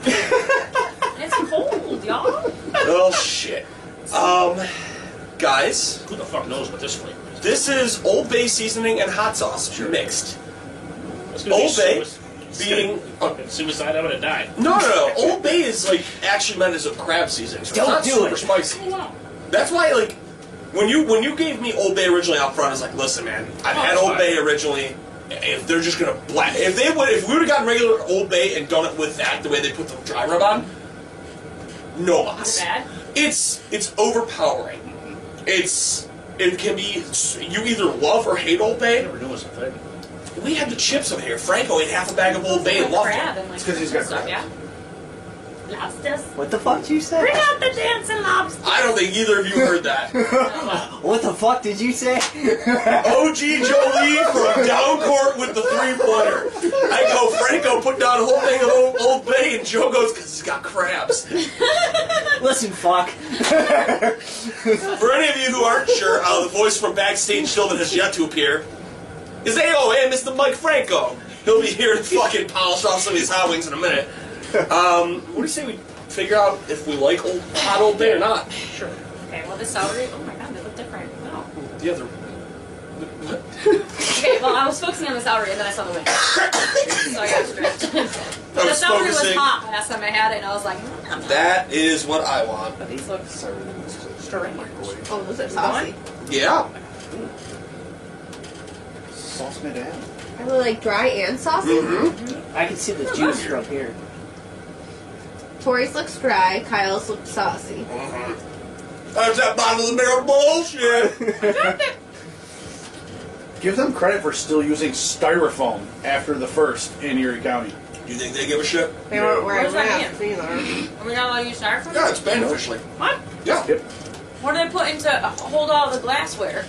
exercise. heater. It's cold, y'all. Oh shit. Um, guys, Who the fuck knows what this flavor is? this is Old Bay seasoning and hot sauce mixed. It's gonna be Old Bay, sui- it's being- gonna be fucking suicide, I'm gonna die. No, no, no. Old Bay is like actually meant as a crab seasoning. So Don't it's not do super it. spicy. That's why, like, when you when you gave me Old Bay originally out front, I was like, listen, man, I've had it's Old fine. Bay originally. If they're just gonna black, if they would, if we would have gotten regular Old Bay and done it with that, the way they put the dry rub on, no Is loss. it bad? It's it's overpowering. It's it can be you either love or hate Old I Bay. never knew it was a thing. We had the chips over here. Franco ate half a bag of Old Bay and loved crab it. and like It's 'cause he's got stuff, crab. yeah. Lobsters. What the fuck did you say? Bring out the dancing lobster. I don't think either of you heard that. What the fuck did you say? OG Jolie from down court with the three pointer. I go, Franco put down a whole thing of Old, old Bay, and Joe goes, because he's got crabs. Listen, fuck. For any of you who aren't sure, uh, the voice from backstage still that has yet to appear is AOA Mr. Mike Franco. He'll be here to fucking polish off some of these hot wings in a minute. Um, what do you say we figure out if we like old, hot Old Bay or not? Sure. Okay, well, the celery, oh my god, they look different. Wow. The other. Okay, well, I was focusing on the celery and then I saw the wings. so I got stripped. I the was celery was focusing. hot last time I had it, and I was like, mm, That is what I want. but these look strange. Oh, those are saucy. Yeah. Sauce me down. Are they like dry and saucy? Mm-hmm. I can see the juice from here. Tori's looks dry. Kyle's looks saucy. That's that bottom of the barrel bullshit. Give them credit for still using styrofoam after the first in Erie County. You think they give a shit? They weren't wearing Where's my masks either. Are we not allowed to use styrofoam? Yeah, it's banned officially. What? Yeah. Yep. What do they put into uh, hold all the glassware?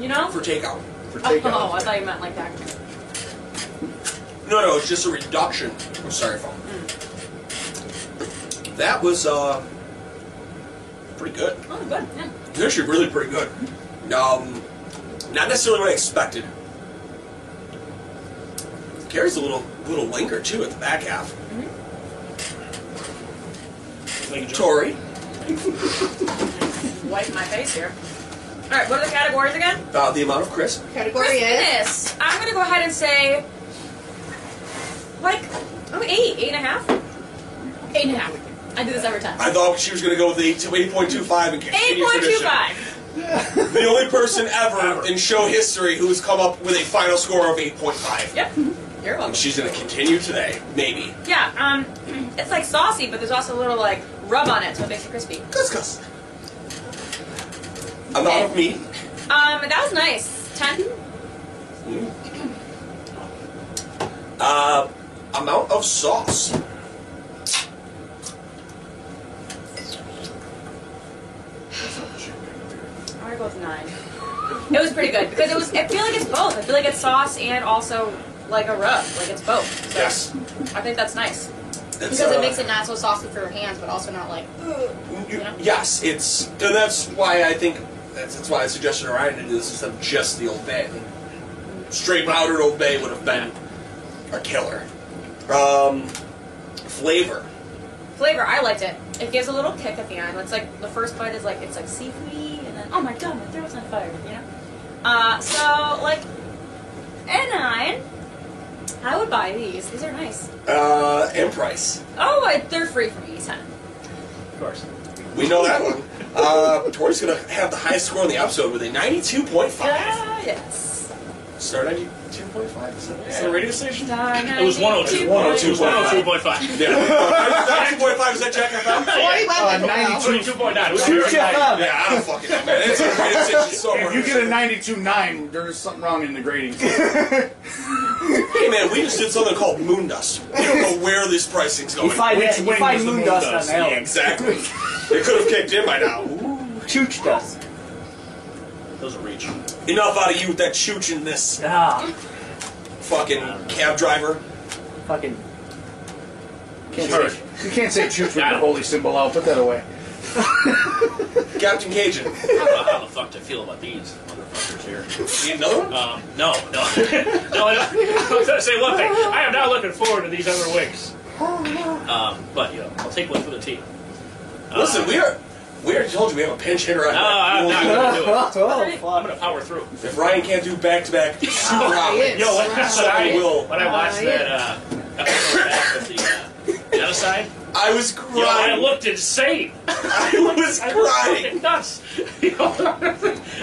You know? For takeout. For Oh, takeout. I thought you meant like that. No, no, it's just a reduction of styrofoam. That was uh pretty good. Oh, good. Yeah. It's actually really pretty good. Um, not necessarily what I expected. Carries a little little linger too at the back half. Thank you, Joe. Tori, Wipe my face here. All right. What are the categories again? uh, the amount of crisp. Category is Crispness. I'm gonna go ahead and say, like, I'm eight, eight and a half, eight and a half. I do this every time. I thought she was going to go with eight to 8.25 and Eight continue point two tradition. five. The only person ever in show history who's come up with a final score of 8.5. Yep. You're welcome. Um, She's gonna continue today, maybe. Yeah. Um, it's like saucy, but there's also a little like rub on it, so it makes it crispy. Couscous. Amount of meat. Um, that was nice. Ten. Uh, amount of sauce. I'm gonna go with nine. It was pretty good because it was. I feel like it's both. I feel like it's sauce and also like a rub. Like it's both. So Yes. I think that's nice It's, because uh, it makes it not so saucy for your hands, but also not like. you- yes, it's and that's why I think that's, that's why I suggested Orion to do this instead of just the Old Bay. Straight powdered Old Bay would have been a killer. Um, flavor. flavor. I liked it. It gives a little kick at the end. It's like the first bite is like it's like seafoody, and then oh my god, my throat's on fire. You know. Uh, so like, and nine. I would buy these. These are nice. Uh, and price. Oh, I, they're free from E10. Of course. We know that one. Uh, Tori's gonna have the highest score on the episode with a 92.5. Ah, yes. Start 92.5. Is that- is that a radio station? oh It It was 102. 102. 102.5. Yeah. 92.5 I was at Jack FM? Forty Uh, one people. 92. 22.9. It was Shoot very your nice. thumb. Yeah, I don't fucking know, man. It's, it's, it's, it's so If you get a 92.9, there's something wrong in the grading. Hey man, we just did something called moon dust. We don't know where this pricing's going. You find, Which that, you wing find was the moon moon dust on dust? that Yeah, one. exactly. they could have kicked in by now. Chooch dust. Those are reach. Enough out of you with that chooch in this Ah, fucking cab driver. fucking. Can't All say- right. You can't say chooch with your holy symbol out. Put that away. Captain Cajun. I don't know how the fuck to feel about these motherfuckers here. Need another one? Um, no, no, no. I, don't- I was gonna say one thing. I am now looking forward to these other wings. Um, but you know, I'll take one for the team. Uh, Listen, we are we already told you we have a pinch hitter on No, deck. I'm We'll not do gonna do it. Oh, I'm fuck. gonna power through. it. If Ryan can't do back to back super hours, yes. Yo, when, when I will. when I watched Uh, that uh, episode back with the uh, genocide, I was yo, I crying. looked insane. I was I was crying. fucking nuts. You know,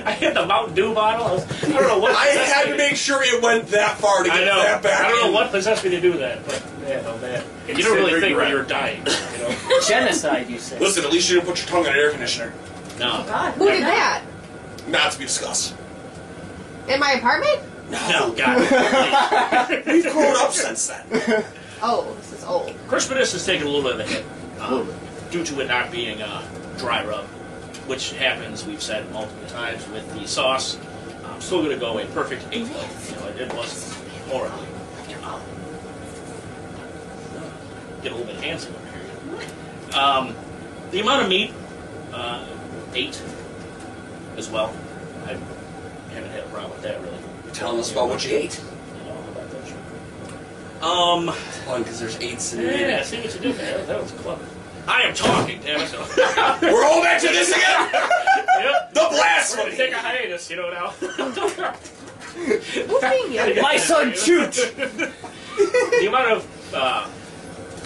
I had the Mountain Dew bottle. I, was, I don't know what. I had to make sure it went that far to get I know. that back. I don't know in. what possessed me to do that, but yeah, oh man. You don't really think when you're dying, you know? Genocide, you say. Listen, at least you didn't put your tongue on an air conditioner. no. God. Who did that? Not to be discussed. In my apartment? No, God. We've grown up since then. Oh, this is old. Crispinus has taken a little bit of a hit um, due to it not being uh, dry rub, which happens, we've said multiple times, with the sauce. I'm still going to go a perfect 8 loaf. You know, it- it wasn't horribly. Um, Get a little bit handsome over here. Um, the amount of meat, uh, 8 as well. I haven't had a problem with that really. You're telling us about what you ate. I don't know about that shit. Um. Fun, because there's eights in Yeah, I see what you did there. That was clever. I am talking, damn it. yep. We're all back to this again? The We're gonna blasphemy! take a hiatus, you know now. My son Chooch! the amount of uh,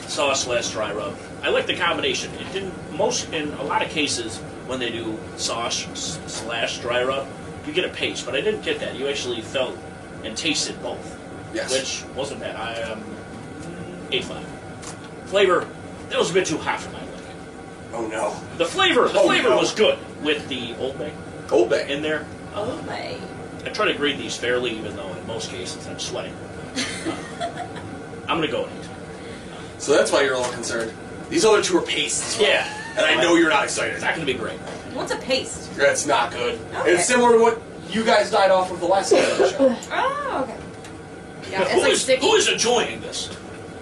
sauce less dry rub. I like the combination. It didn't most in a lot of cases when they do sauce s- slash dry rub, you get a paste, but I didn't get that. You actually felt and tasted both. Yes. Which wasn't bad. I um eight five. Flavor, that was a bit too hot for my liking. Oh no. The flavor, the Oh, flavor no. was good with the Old Bay Old Bay. in there. Oh my. I try to grade these fairly, even though in most cases I'm sweating. Uh, I'm gonna go in it. So that's why you're all concerned. These other two are pastes. Yeah, And I know you're not it's excited. not gonna be great. What's a paste? That's not good. Okay. It's similar to what you guys died off of the last game of the show. Oh, okay. Yeah, it's Who like is- sticky. who is enjoying this?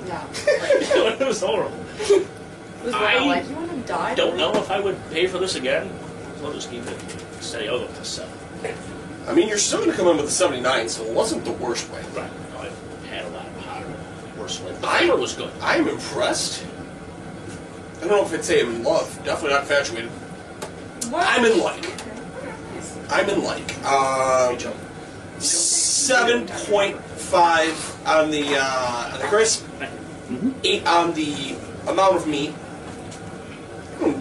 Yeah. it was horrible. It was I- I, like, you want to die? I don't know if I would pay for this again. So I'll just keep it steady. I'll go with the seven. I mean, you're still going to come in with a 79, so it wasn't the worst way. Right. No, I've had a lot of hotter, worse flavor. The flavor was good. I am impressed. I don't know if I'd say I'm in love. Definitely not infatuated. What? I'm in like. I'm in like. Uh, Good job. Seven point five on the uh, on the crisp, eight on the amount of meat,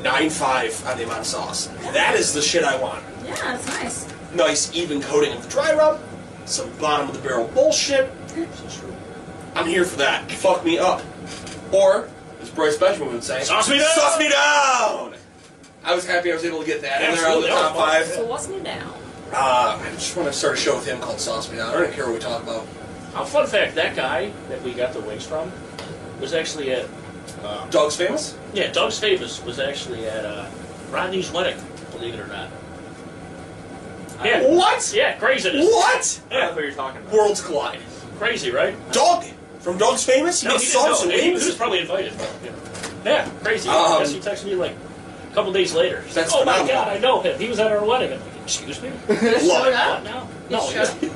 nine five on the amount of sauce. That is the shit I want. Yeah, it's nice. Nice even coating of the dry rub, some bottom of the barrel bullshit. I'm here for that. Fuck me up, or as Bryce Benjamin would say, Sauce me down! Sauce me down. I was happy I was able to get that in there on the Absolutely. top five. So what's me down? Uh, I just want to start a show with him called Sauce Me Down. I don't care what we talk about. Uh, fun fact: that guy that we got the wings from was actually at Dogs famous? Yeah, Doug Davis was actually at uh, Rodney's wedding, believe it or not. Yeah, What? yeah, craziness. What? Yeah, Yeah, that's what you're talking about. Worlds collide. crazy, right? Dog from Dogs famous? No, he Makes didn't know. sauce and He, he wings? was probably invited. But, you know. Yeah, crazy. Um, I guess he texted me like a couple days later. He's That's like, oh my phenomenal. Oh, god, I know him. He was at our wedding. I'm like, excuse me? What Love it. now? No, He yeah.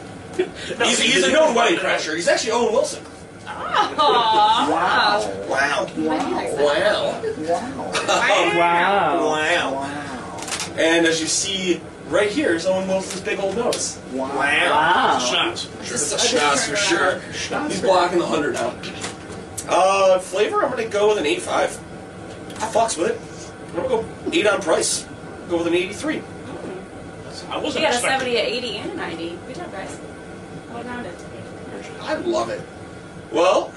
no He's, he he's a didn't. known wedding crasher. He's actually Owen Wilson. Aww. Wow. Wow. Wow. Wow. Wow. Wow. And as you see right here is Owen Wilson's big old nose. Oh. Wow. Shots. It's a shots for sure. He's blocking the 100 now. Uh, flavor, I'm going to go with an 8.5. I fucks with it. I'm going to go 8 on price. Go with an 83. I We wasn't got a expecting 70, a 80, and a 90. Good job, guys. Well rounded. I love it. Well,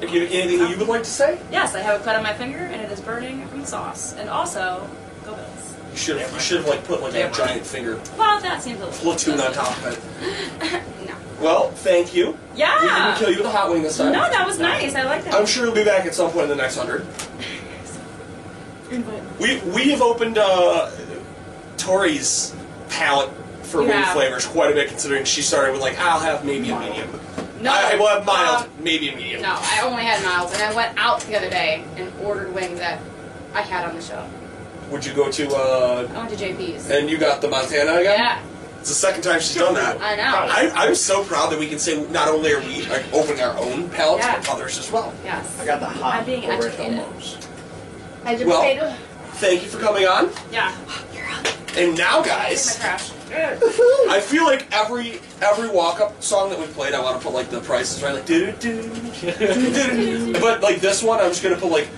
If you anything you would like to say, Yes, I have a cut on my finger and it is burning from the sauce. And also, go Bills. you should have you should have like put like a Damn right. giant finger Well, that seems a little platoon on top of it. No. Well, thank you. We didn't Yeah. kill you with a hot wing this No, time. that was nice. I like that. I'm sure we'll be back at some point in the next hundred. Invite me. We we have opened uh, Tori's palette for You wing have. flavors quite a bit, considering she started with like I'll have maybe a medium. No, I, I will have mild, uh, maybe a medium. No, I only had miles, and I went out the other day and ordered wings that I had on the show. Would you go to uh, I went to JP's. and you got the Montana again? Yeah, It's the second time she's done that. I know. I, I'm so proud that we can say not only are we like, opening our own palettes, but Yeah. others as well. yes. I got the hot I'm being educated. Mo's. I just Well- paid. Thank you for coming on. Yeah. And now, My guys, trash. I feel like every every walk up song that we played, I want to put like the prices right, like do do do. But like this one, I'm just gonna put like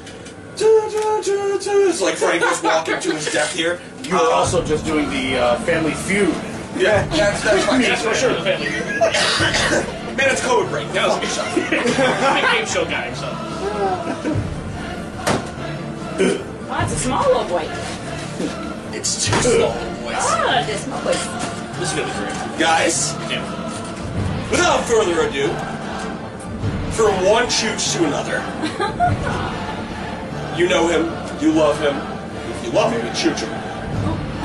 do do do do. It's like Frank was walking to his death here. Uh, You were also just doing the uh, Family Feud. yeah, that's that's fine. That's for sure the family. Feud. Man, it's code break. That was a good shot. I'm a game show guy, so. Well, that's a small little boy. It's too small, boys. Ah, this small boy. This is gonna be great. Guys, Yeah. Without further ado, from one chooch to another, you know him, you love him. If you love him, you chooch him.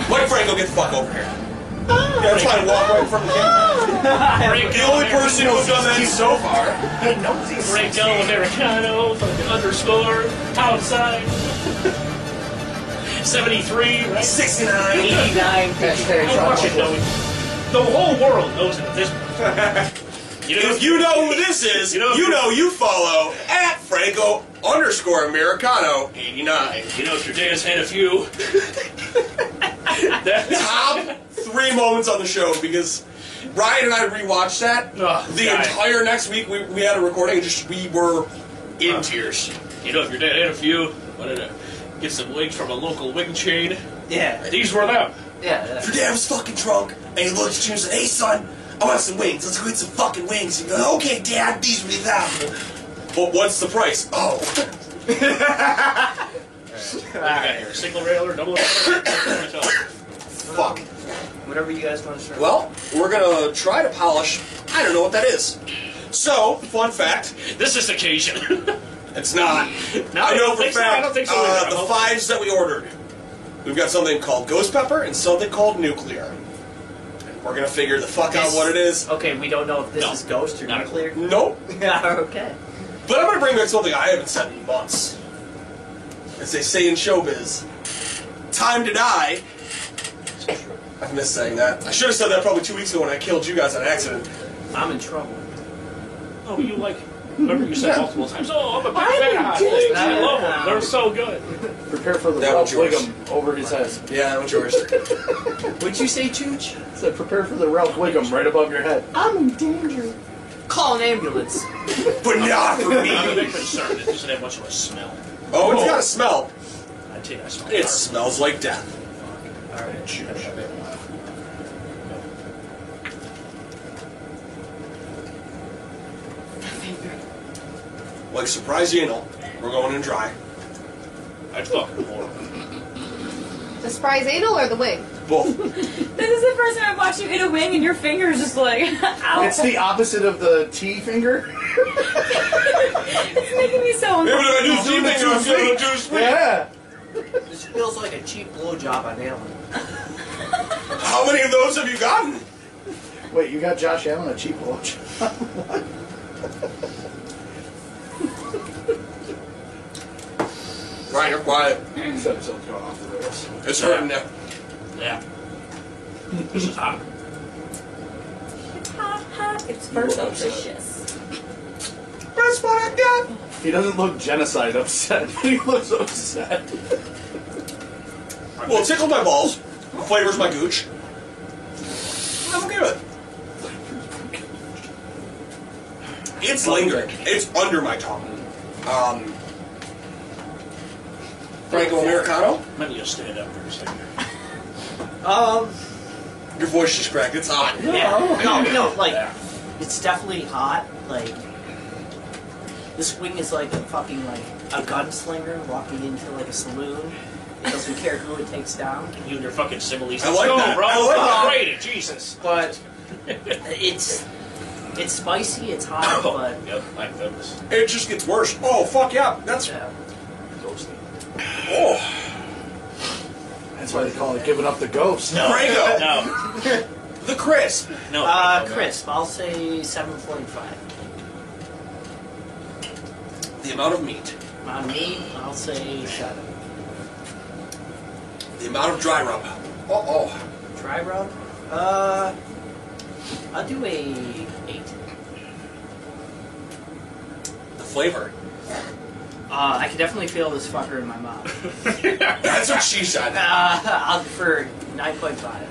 Mike Franco, get the fuck over here. Yeah, that's fine. Walk right in front of the camera. Break The only person who's done that so far. Break down Americano, fucking underscore, pound sign. 73, right? 69. 89. I Hashtag John fucking know Lovell. it. The whole world knows it at this point. You know, If you know who this is, you You know know- you, follow at Franco underscore Americano 89. you know, if your dad's had a few. that, Top three moments on the show because Ryan and I rewatched that. Ugh, the guy. entire next week we, we had a recording and just we were in tears. You know, if your dad had a few, what did it? Get some wigs from a local wig chain. Yeah. These were them. Yeah. Your dad was fucking drunk and he looked at you and said, Hey son, I want some wings. Let's go get some fucking wings. And you go, Okay, dad, these will be thousand. But what's the price? Oh. What do you got here? Single railer, double railer? Fuck. Whatever you guys want to try. Well, we're gonna try to polish. I don't know what that is. So, fun fact, this is occasion. it's not. No, I I know don't for think so. fact, I don't think so uh, either. the fives that we ordered, we've got something called ghost pepper and something called nuclear. We're gonna figure the fuck out what it is. Okay, we don't know if this No. is ghost or Not a- nuclear. Nope. Yeah, okay. But I'm gonna bring back something I haven't said in months. As they say in showbiz, time to die. I've missed saying that. I should have said that probably two weeks ago when I killed you guys on accident. I'm in trouble. oh, you like. Remember you said multiple times, oh, I'm a big fan of hot did wings. I that? love them. They're so good. Prepare for the That Ralph was yours. Wiggum over his head. Yeah, that was yours. Would you say chooch? So prepare for the Ralph Wiggum right above your head. I'm in danger. Call an ambulance. but not for I'm a me. bit concerned. It doesn't have much of a smell. Oh, it's got a smell. I tell you, I smell It smells like death. Like surprise anal. We're going in dry. That's fucking horrible. The surprise anal or the wing? Both. This is the first time I've watched you eat a wing and your finger's just like, ow. It's the opposite of the T finger. It's making me so Maybe uncomfortable. I do something I'm gonna do something. yeah. This feels like a cheap blowjob on Alan. How many of those have you gotten? Wait, you got Josh Allen a cheap watch? Ryan, you're quiet. this episode's going off the rails. It's hurting now. Yeah. This is hot. It's hot, hot. It's ferocious. That's what I got. He doesn't look genocide upset, but he looks upset. Well, it tickled my balls. Flavors my gooch. I'm okay with it. It's lingered. It's under my tongue. Um, Franco Americano, Let me just stand up for a second. Um, your voice just cracked. It's hot. no, no, no, like, it's definitely hot. Like, This wing is like a fucking like a gunslinger walking into like a saloon. It doesn't care who it takes down. You and your fucking simile. I like Go, that. bro. I like that. Great, Jesus. But it's it's spicy. It's hot, but yep, I this. It just gets worse. Oh fuck yeah, that's uh, ghosty. Oh, That's why they call it giving up the ghost. No. Prego. No. the crisp. No. Uh, crisp. I'll say seven forty-five. the amount of meat, On me, I'll say seven. the amount of dry rub. Oh oh, Dry rub. Uh, I'll do a eight. the flavor. Uh, I can definitely feel this fucker in my mouth. That's what she said. Uh, I'll for nine point five.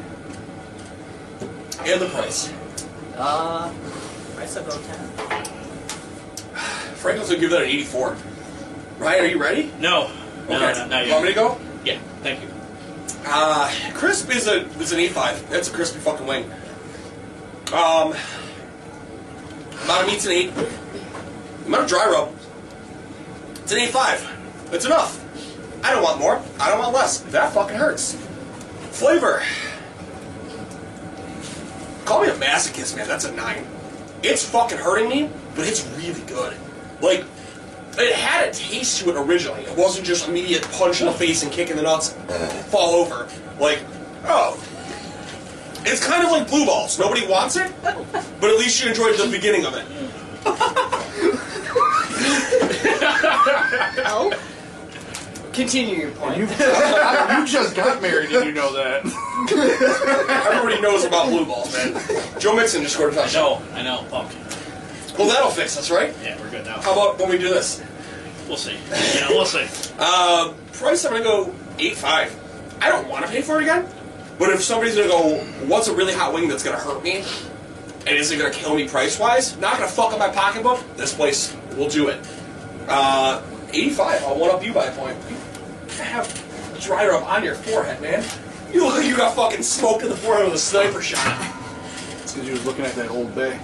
And the price. Uh, price of go ten. Franklin's gonna give that an 84. Ryan, are you ready? No. No, okay. no, not yet. Want me to go? Yeah, thank you. Uh, crisp is a is an E5. That's a crispy fucking wing. Um, amount of meat's an eight. Amount of dry rub. It's an A5. It's enough. I don't want more. I don't want less. That fucking hurts. Flavor. Call me a masochist, man. That's a nine. It's fucking hurting me, but it's really good. Like, it had a taste to it originally. It wasn't just immediate punch in the face and kick in the nuts, fall over. Like, oh. It's kind of like blue balls. Nobody wants it, but at least you enjoyed the beginning of it. Continue your point. you just got married and you know that. Everybody knows about blue balls, man. Joe Mixon just scored a I touchdown. know, I know. Fuck. Well, that'll fix us, right? Yeah, we're good How now. about when we do this? We'll see. Yeah, we'll see. Uh, price, I'm gonna go eight five. I don't want to pay for it again, but if somebody's gonna go, what's a really hot wing that's gonna hurt me and isn't gonna kill me price wise, not gonna fuck up my pocketbook, this place will do it. Uh, 85, I'll one up you by a point. You have dry rub on your forehead, man. You look like you got fucking smoked in the forehead with a sniper shot. It's because you was looking at that Old Bay.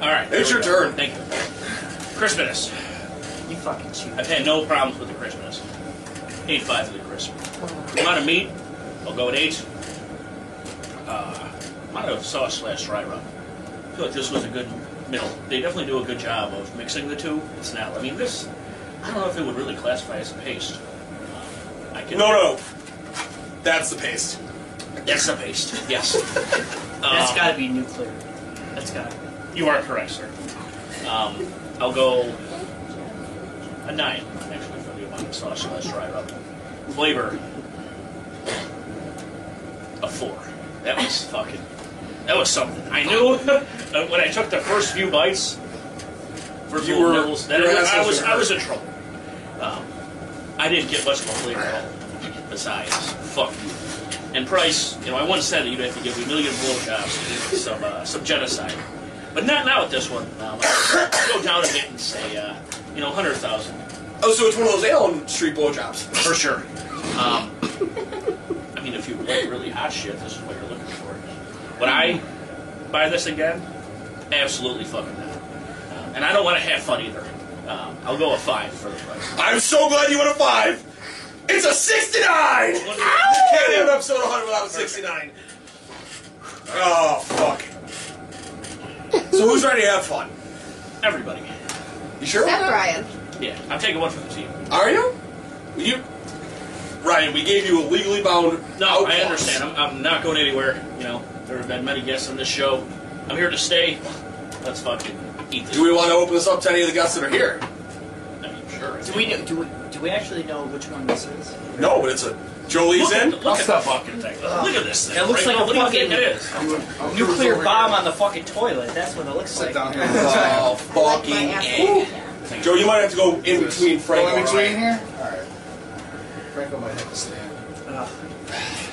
All right. It's here we your turn. go. Thank you. Crispiness. You fucking cheat. I've had no problems with the crispiness. Eight five for the crisp. Amount of meat, I'll go with eight. Uh, amount of sauce slash dry rub. I feel like this was a good middle. They definitely do a good job of mixing the two. It's not. I mean, this. I don't know if it would really classify as a paste. Uh, I can, No, no, that's the paste. That's a paste. Yes. That's Um, gotta be nuclear. That's gotta. You are correct, sir. Um, I'll go a nine, actually, for the amount of sauce slash dry rub. Flavor, a four. That was fucking, that was something. I knew uh, when I took the first few bites, first You little were- nibbles, that your I was- assholes were I was, I was in trouble. Um, I didn't get much of a flavor at all. Besides, fuck you. And Price, you know, I once said that you'd have to give me a million blowjobs to some, uh, some genocide. But not now with this one. Um, I'll go down a bit and say, uh, you know, 100,000. Oh, so it's one of those Allen Street blowjobs. For sure. Um, I mean, if you like really hot shit, this is what you're looking for. Would I buy this again? Absolutely fucking not. Um, and I don't want to have fun either. Um, I'll go a five for the price. I'm so glad you went a five. It's a 69. You can't have an episode 100 without a 69. Oh fuck. So who's ready to have fun? Everybody. You sure? Except Ryan. Yeah, I'm taking one for the team. Are you? You, Ryan? We gave you a legally bound. No, I outclass. understand. I'm, I'm not going anywhere. You know, there have been many guests on this show. I'm here to stay. Let's fucking eat this. Do we want to open this up to any of the guests that are here? I mean, sure. Do we know, do we do we actually know which one this is? No, but it's a Jolie's Look at, in. look I'll at stop. the fucking thing. Look at this thing. It looks right? like a What do you think fucking- it is? I'm gonna- I'm gonna Nuclear go bomb here. on the fucking toilet. That's what it looks Sit like. down here. Oh I like fucking! my apple. A. Yeah. Joe, you might have to go in between Frank. Go in and between Ryan. here? Alright. Franco might have to stand. Ugh,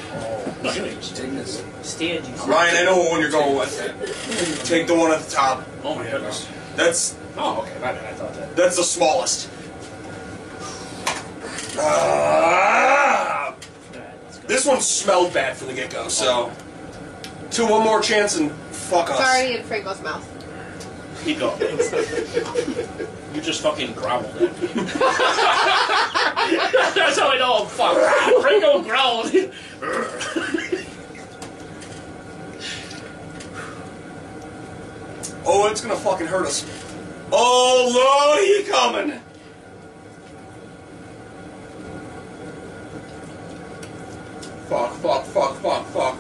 Oh. No, here it is. Take this. stand you. Ryan, I know what one you're going with. Take the one at the top. Oh my goodness. That's Oh, okay. My bad. I thought that. That's the smallest. Ah! Alright, let's go. this one smelled bad from the get go, so. Two, one more chance and fuck It's us. already in Franco's mouth. Keep going. You just fucking growled at me. That's how I know I'm fucked. Ringo growled. Oh, it's gonna fucking hurt us. Oh lord, he coming! Fuck, fuck, fuck, fuck, fuck.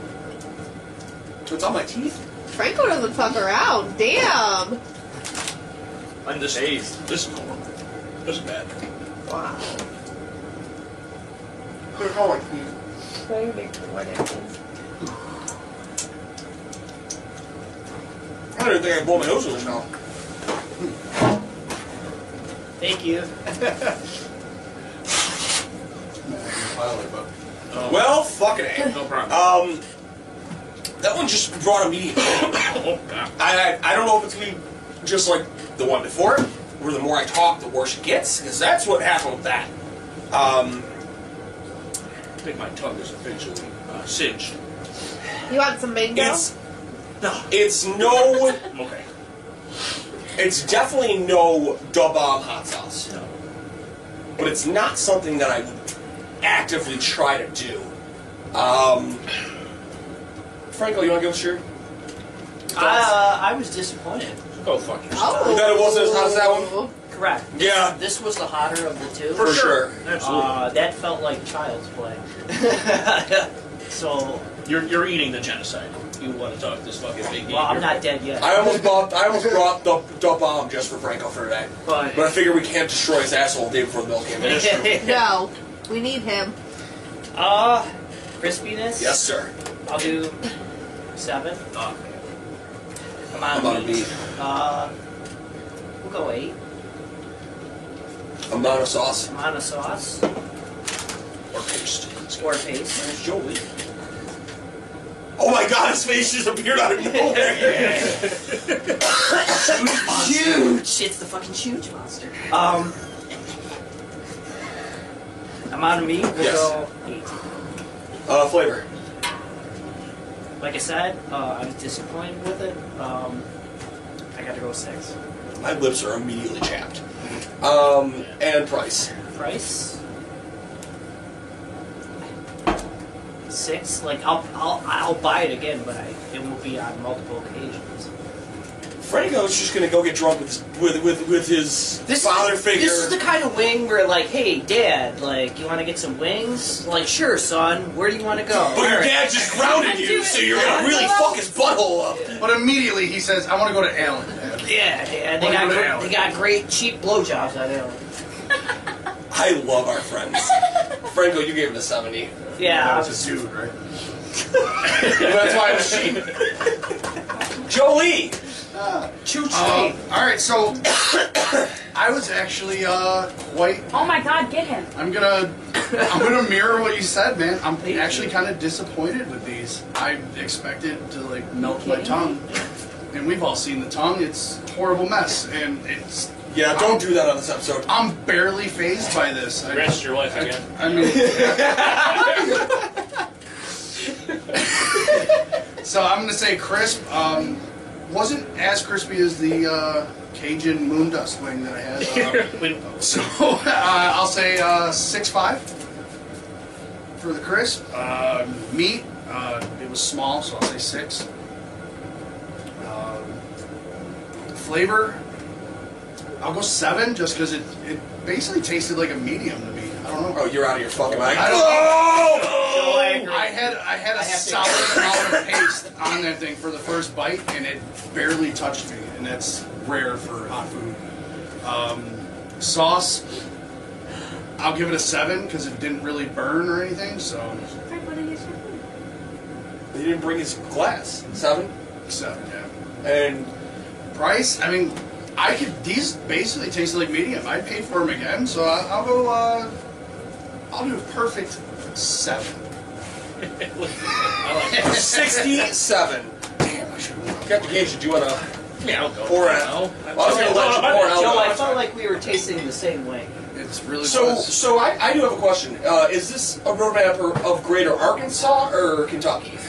It's on my teeth? Franco doesn't fuck around. Damn. I'm just dazed. This is horrible. This is bad. Wow. They're on my teeth. I don't even think I can blow my nose with this now. Thank you. Well, fucking A. No problem. Um, that one just brought a medium. Oh, God. I, I I don't know if it's gonna be just like the one before it, where the more I talk, the worse it gets, because that's what happened with that. Um, I think my tongue is officially uh, singed. You want some mango? it's it's no, I'm okay. it's definitely no da bomb hot sauce, No. but it's not something that I would actively try to do. Um, Franco, you want to give us your? Uh, I was disappointed. Go fuck yourself. Oh. That it wasn't as hot as that one? Correct. Yeah. This was the hotter of the two. For sure. Absolutely. Uh, that felt like child's play. so, you're, you're eating the genocide. You want to talk this fucking big game. well, I'm not dead yet. I almost bought I almost brought the, the bomb just for Franco for today. But But I figure we can't destroy his asshole the day before the milk came in. No. We need him. uh, crispiness. yes, sir. I'll do seven. Oh, I'm on I'm on a eight. meat. Uh, we'll go eight. Amount of sauce. I'm on a sauce or paste. It's or paste. Where's Joey? Oh my god, his face just appeared out of nowhere. Huge! It's the fucking huge monster. Um, I'm on meat. We'll Yes. go eight. uh, flavor. Like I said, uh, I was disappointed with it. Um, I got to go six. My lips are immediately chapped. Um, and price. Price six. Like I'll I'll I'll buy it again, but I, it will be on multiple occasions. Franco's just gonna go get drunk with his, with, with, with his father is, figure. This is the kind of wing where, like, hey, Dad, like, you want to get some wings? Like, sure, son. Where do you want to go? but your dad just grounded Do you, it. so you're gonna really fuck his butthole up. But immediately he says, I want to go to Allen. Yeah, Dad. They Wanna go to got great, Allen. they got great cheap blowjobs out there. I love our friends. Franco, you gave him a 70. Yeah, I That was was a dude, right? That's why I'm cheap. Jolie! too cheap. Uh, all right, so I was actually uh, quite. Oh my god, get him. I'm gonna, I'm gonna mirror what you said, man. I'm actually kind of disappointed with these. I expected to like melt my tongue, and we've all seen the tongue. It's a horrible mess, and it's. Yeah, don't do that on this episode. I'm barely phased by this. I, Rest your life again. I mean. so I'm gonna say crisp. Um, wasn't as crispy as the uh, Cajun moon dust wing that I had. Um, Wait, so uh, I'll say uh, six five for the crisp. Uh, meat. Uh, it was small, so I'll say six. Um, flavor. I'll go seven just because it, it basically tasted like a medium to me. I don't know. Oh, you're out of your fucking mind. I don't- Oh! I had I had a solid amount of paste on that thing for the first bite, and it barely touched me, and that's rare for hot food. Um, sauce, I'll give it a seven because it didn't really burn or anything. So He didn't bring his glass. Seven. seven, yeah. And Price, I mean, I could these basically tasted like medium. I paid for them again, so I, I'll go. Uh, I'll do a perfect seven. I like sixty-seven. Damn, I should have. Captain Cage, did you wanna? Yeah, I'll go. Pour it No. out. Well, I was gonna let you pour it out. Joe, I but- felt like we were tasting the same wing. It It's really So, was. so I, I do have a question. Uh, is this a roadmap or- of Greater Arkansas or Kentucky? you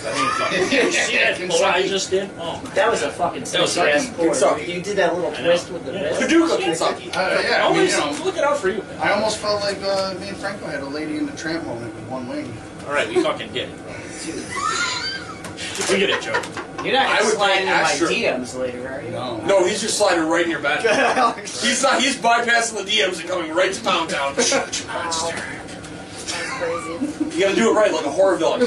see that what I just did? Oh, my That was a God. fucking That was sick-ass fucking- board. Kentucky. You did that little I know. twist with the Yeah. wrist. Paducah, Kentucky. Uh, yeah, I mean, Always you know, looking out for you. I almost felt like uh, me and Franco had a lady in the tramp hole with one wing. All right, we fucking get it. bro. we get it, Joe. You're I not gonna would slide pay into my extra. DMs later, are you? No. No, he's just sliding right in your back. He's not. He's bypassing the DMs and coming right to Pound Town. Wow. That's crazy. You gotta do it right, like a horror villain.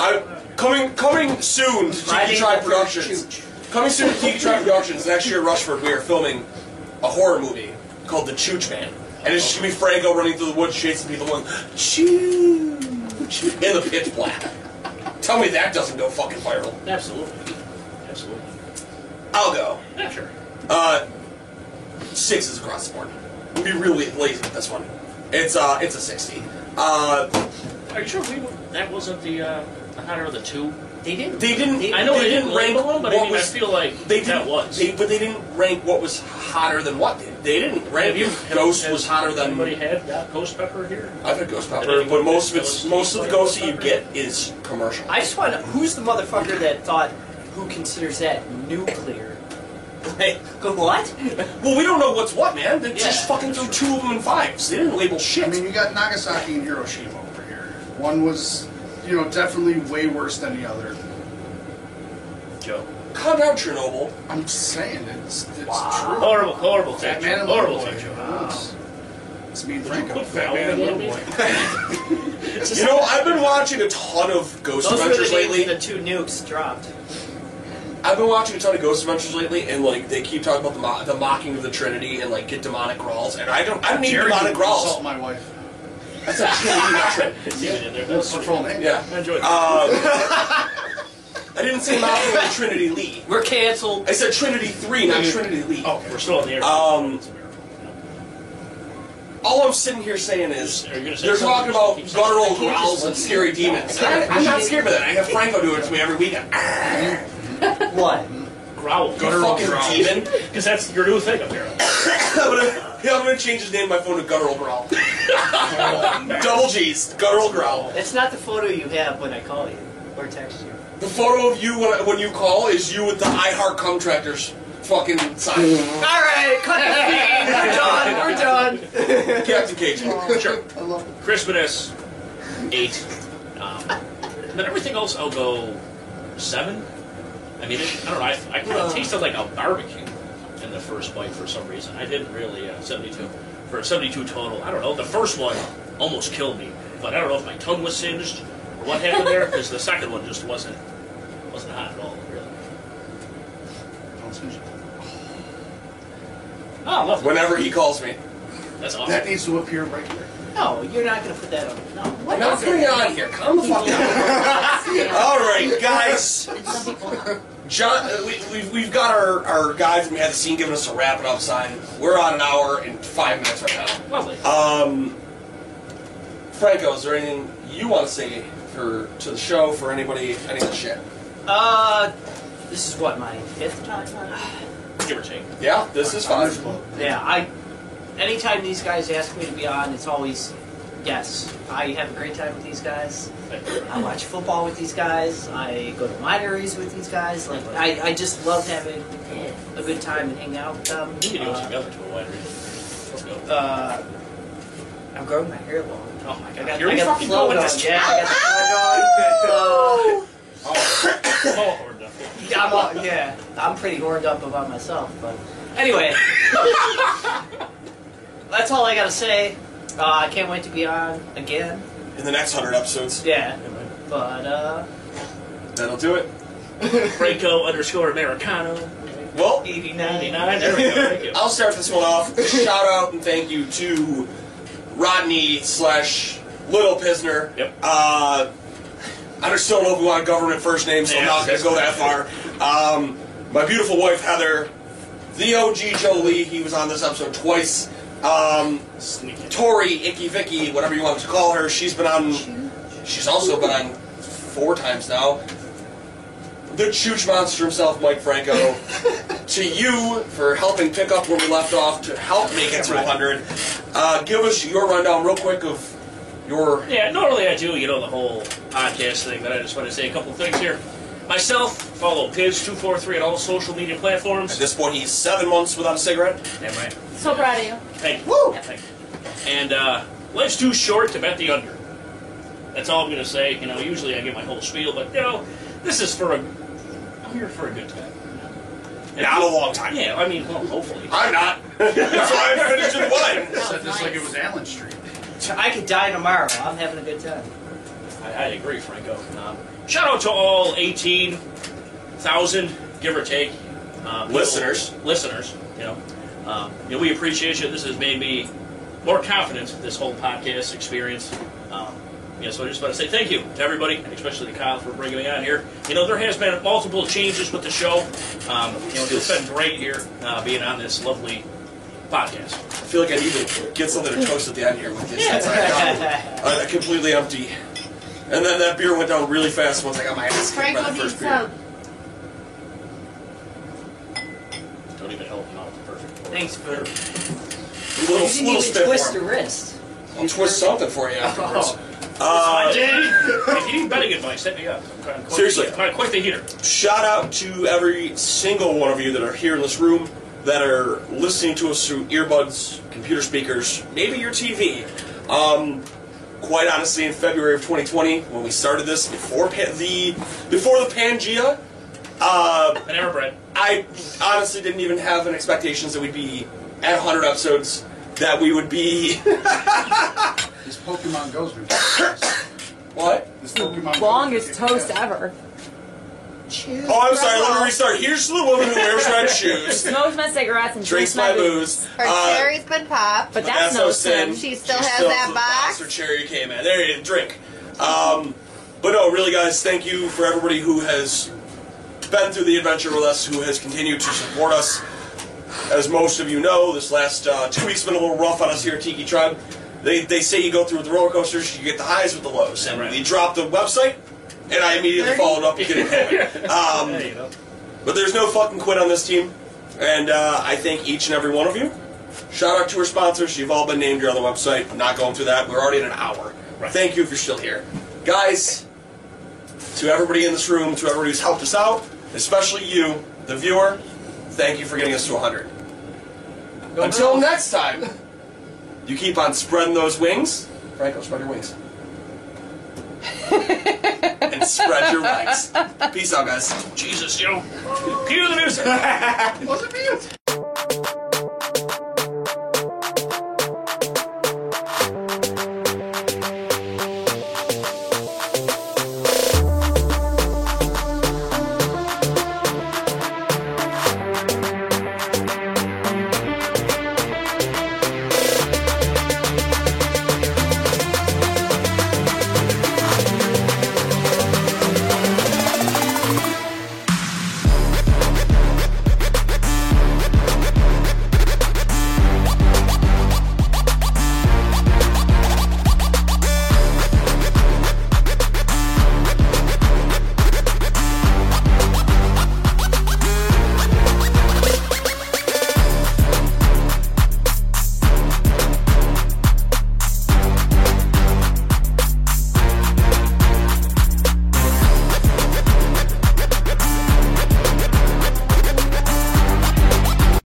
I coming coming soon to Tiki Friday Tribe the third Productions. Coming soon to Tiki Tribe Productions next year, in Rushford. We are filming a horror movie called The Chooch Man, and it's just gonna be Franco running through the woods, chasing people, going chooch in the pitch black. Tell me that doesn't go fucking viral. Absolutely. Absolutely. I'll go. Yeah, sure. Uh, six is across the board. We'll be really lazy with this one. It's uh, it's a sixty. Uh, Are you sure we were, that wasn't the uh, the hotter of the two? They didn't. they didn't. I know they, didn't rank label them, but I what mean, was I feel like they that didn't. was. They, but they didn't rank what was hotter than what did. They didn't rank Have you? if Ghost has was hotter than. Anybody had that Ghost Pepper here? I've had Ghost Did Pepper, anyone but most of get it's Ghost most of the Pepper? ghosts that you get is commercial. I just want to. Who's the motherfucker that thought? Who considers that nuclear? Like, go what? well, we don't know what's what, man. They Yeah, just fucking threw two of them in fives. They didn't label shit. I mean, you got Nagasaki and Hiroshima over here. One was, you know, definitely way worse than the other. Joe. Calm down, Chernobyl. I'm just saying, it's, it's true. Horrible, horrible Fat take. man and Horrible little boy. take, Joe. It's- It's me and Would you Franco. put Fat Val man and in little that boy. You know, I've been watching a ton of Ghost Those were Adventures the lately. names the two nukes dropped. I've been watching a ton of Ghost Adventures lately, and like they keep talking about the, mo- the mocking of the Trinity and like get demonic growls, and I don't, I don't need Jerry demonic growls. Assault my wife. That's a Trinity, not Trinity. It's even in there. That's That's her full name. Yeah, I enjoyed that. um, I didn't say mocking of the Trinity Lee. We're canceled. I said Trinity Three, not Trinity Lee. oh, we're still on the air. Um, It's a miracle. All I'm sitting here saying is Are you gonna say they're talking something? about Keep saying guttural something. growls and scary demons. I, I'm not scared of that. I have Franco do it to me every weekend. What? Growl. Guttural fucking growls. demon. Because that's your new thing, apparently. I'm gonna, yeah, I'm gonna change his name on my phone to Guttural Growl. Oh, Double G's, Guttural Growl. It's not the photo you have when I call you or text you. The photo of you when, I, when you call is you with the I Heart Contractors fucking sign. All right, cut the feed. We're done. We're done. Captain Cage. Sure. I love it. Crispiness, eight. Um, but everything else, I'll go seven. I mean, it, I don't know. I, I kind Uh. of tasted like a barbecue in the first bite for some reason. I didn't really uh, seventy-two for a seventy-two total. I don't know. The first one almost killed me, but I don't know if my tongue was singed or what happened there because the second one just wasn't wasn't hot at all. Really. Oh, I love it. Whenever he calls me. That's awesome. That needs to appear right here. No, you're not gonna put that on. No. I'm not putting it on here. Calm the fuck down. Alright, guys. John, uh, we, we've, we've got our, our guy from behind the scene giving us a wrap it up sign. We're on an hour and five minutes right Lovely. now. Um, Franco, is there anything you want to say for to the show, for anybody, any of the shit? Uh, this is what my fifth time. Give or take. Yeah, this is fine. Yeah, I. Anytime these guys ask me to be on, it's always yes. I have a great time with these guys. Thank you. I watch football with these guys. I go to wineries with these guys. Like I, I just love having a good time and hang out with them. We need to go Uh, together to a winery. Let's go. uh, I'm growing my hair long. Oh my I god, got, here I we got the fucking go flow with going. this Yeah, I got the flow going. Uh, Oh, we're done. I'm all, yeah, I'm pretty horned up about myself, but anyway, that's all I gotta say. Uh, I can't wait to be on again. In the next 100 episodes. Yeah, but uh, That'll do it. Franco underscore Americano. Well, E 89. 89. There we go. Thank you. I'll start this one off. Shout out and thank you to Rodney slash Little Pisner. Yep. Uh, I just don't know if we want government first name, so I'm not going to go that far. Um, my beautiful wife Heather, the OG Joe Lee. He was on this episode twice. Um, Sneaky. Tori Icky Vicky, whatever you want to call her. She's been on. She's also been on four times now. the chooch monster himself, Mike Franco, to you for helping pick up where we left off to help make it to 100. Uh, give us your rundown real quick of your Yeah, normally I do, you know, the whole podcast thing, but I just want to say a couple things here. Myself, follow Piz243 on all social media platforms. At this point, he's seven months without a cigarette. Damn right. So proud of you. Thank you. Woo! Thank you. And uh, life's too short to bet the under. That's all I'm going to say. You know, usually I give my whole spiel, but, you know, this is for a. I'm here for a good time. Not a long time. Yeah, I mean, well, hopefully. I'm not. That's why I'm finishing one. Said this like it was Allen Street. I could die tomorrow. I'm having a good time. I, I agree, Franco. Um, shout out to all 18,000, give or take, uh, people- Listeners. Listeners, you know. Um, you know, we appreciate you. This has made me more confident this whole podcast experience. Um, yeah, so I just want to say thank you to everybody, and especially to Kyle for bringing me on here. You know, there has been multiple changes with the show. Um, you know, it's been great here uh, being on this lovely podcast. I feel like I need to get something to toast at the end here with this. Since I got uh, completely empty. And then that beer went down really fast once I got my ass kicked by Franco the needs first beer. some. Don't even help him out with the perfect. pour. Thanks for. Little, you didn't little even spit for twist the him. wrist. I'll twist something for you afterwards. I Uh, did. if you need betting advice, hit me up. I'm trying to quit- Seriously. I'm trying to quit the heater. shout out to every single one of you that are here in this room that are listening to us through earbuds, computer speakers, maybe your TV. Um, quite honestly, in February of 2020, when we started this before pa- the before the Pangea, uh, Panera Bread. I honestly didn't even have an expectations that we'd be at 100 episodes, that we would be This Pokemon Go's been what? This Pokemon Go's Longest been- toast ever. Oh, I'm sorry. Let me restart. Here's to the woman who wears red shoes, Smokes my cigarettes and drinks my booze. Her Uh, cherry's been popped. But that's no sin. She still has that box. Monster cherry came in. There you go, drink. Um, but no, really, guys, thank you for everybody who has been through the adventure with us, who has continued to support us. As most of you know, this last uh, two weeks been a little rough on us here at Tiki Tribe. They, they say you go through the roller coasters, you get the highs with the lows. And we dropped the website, and I immediately followed up and getting going. Um, There you go. but there's no fucking quit on this team, and uh, I thank each and every one of you. Shout out to our sponsors. You've all been named here on the website. I'm not going through that. We're already at an hour. Thank you if you're still here. Guys, to everybody in this room, to everybody who's helped us out, especially you, the viewer, thank you for getting us to 100. Until next time, you keep on spreading those wings. Franco, spread your wings. and spread your legs. Peace out, guys. Jesus, you know. Cue the music. Was it me?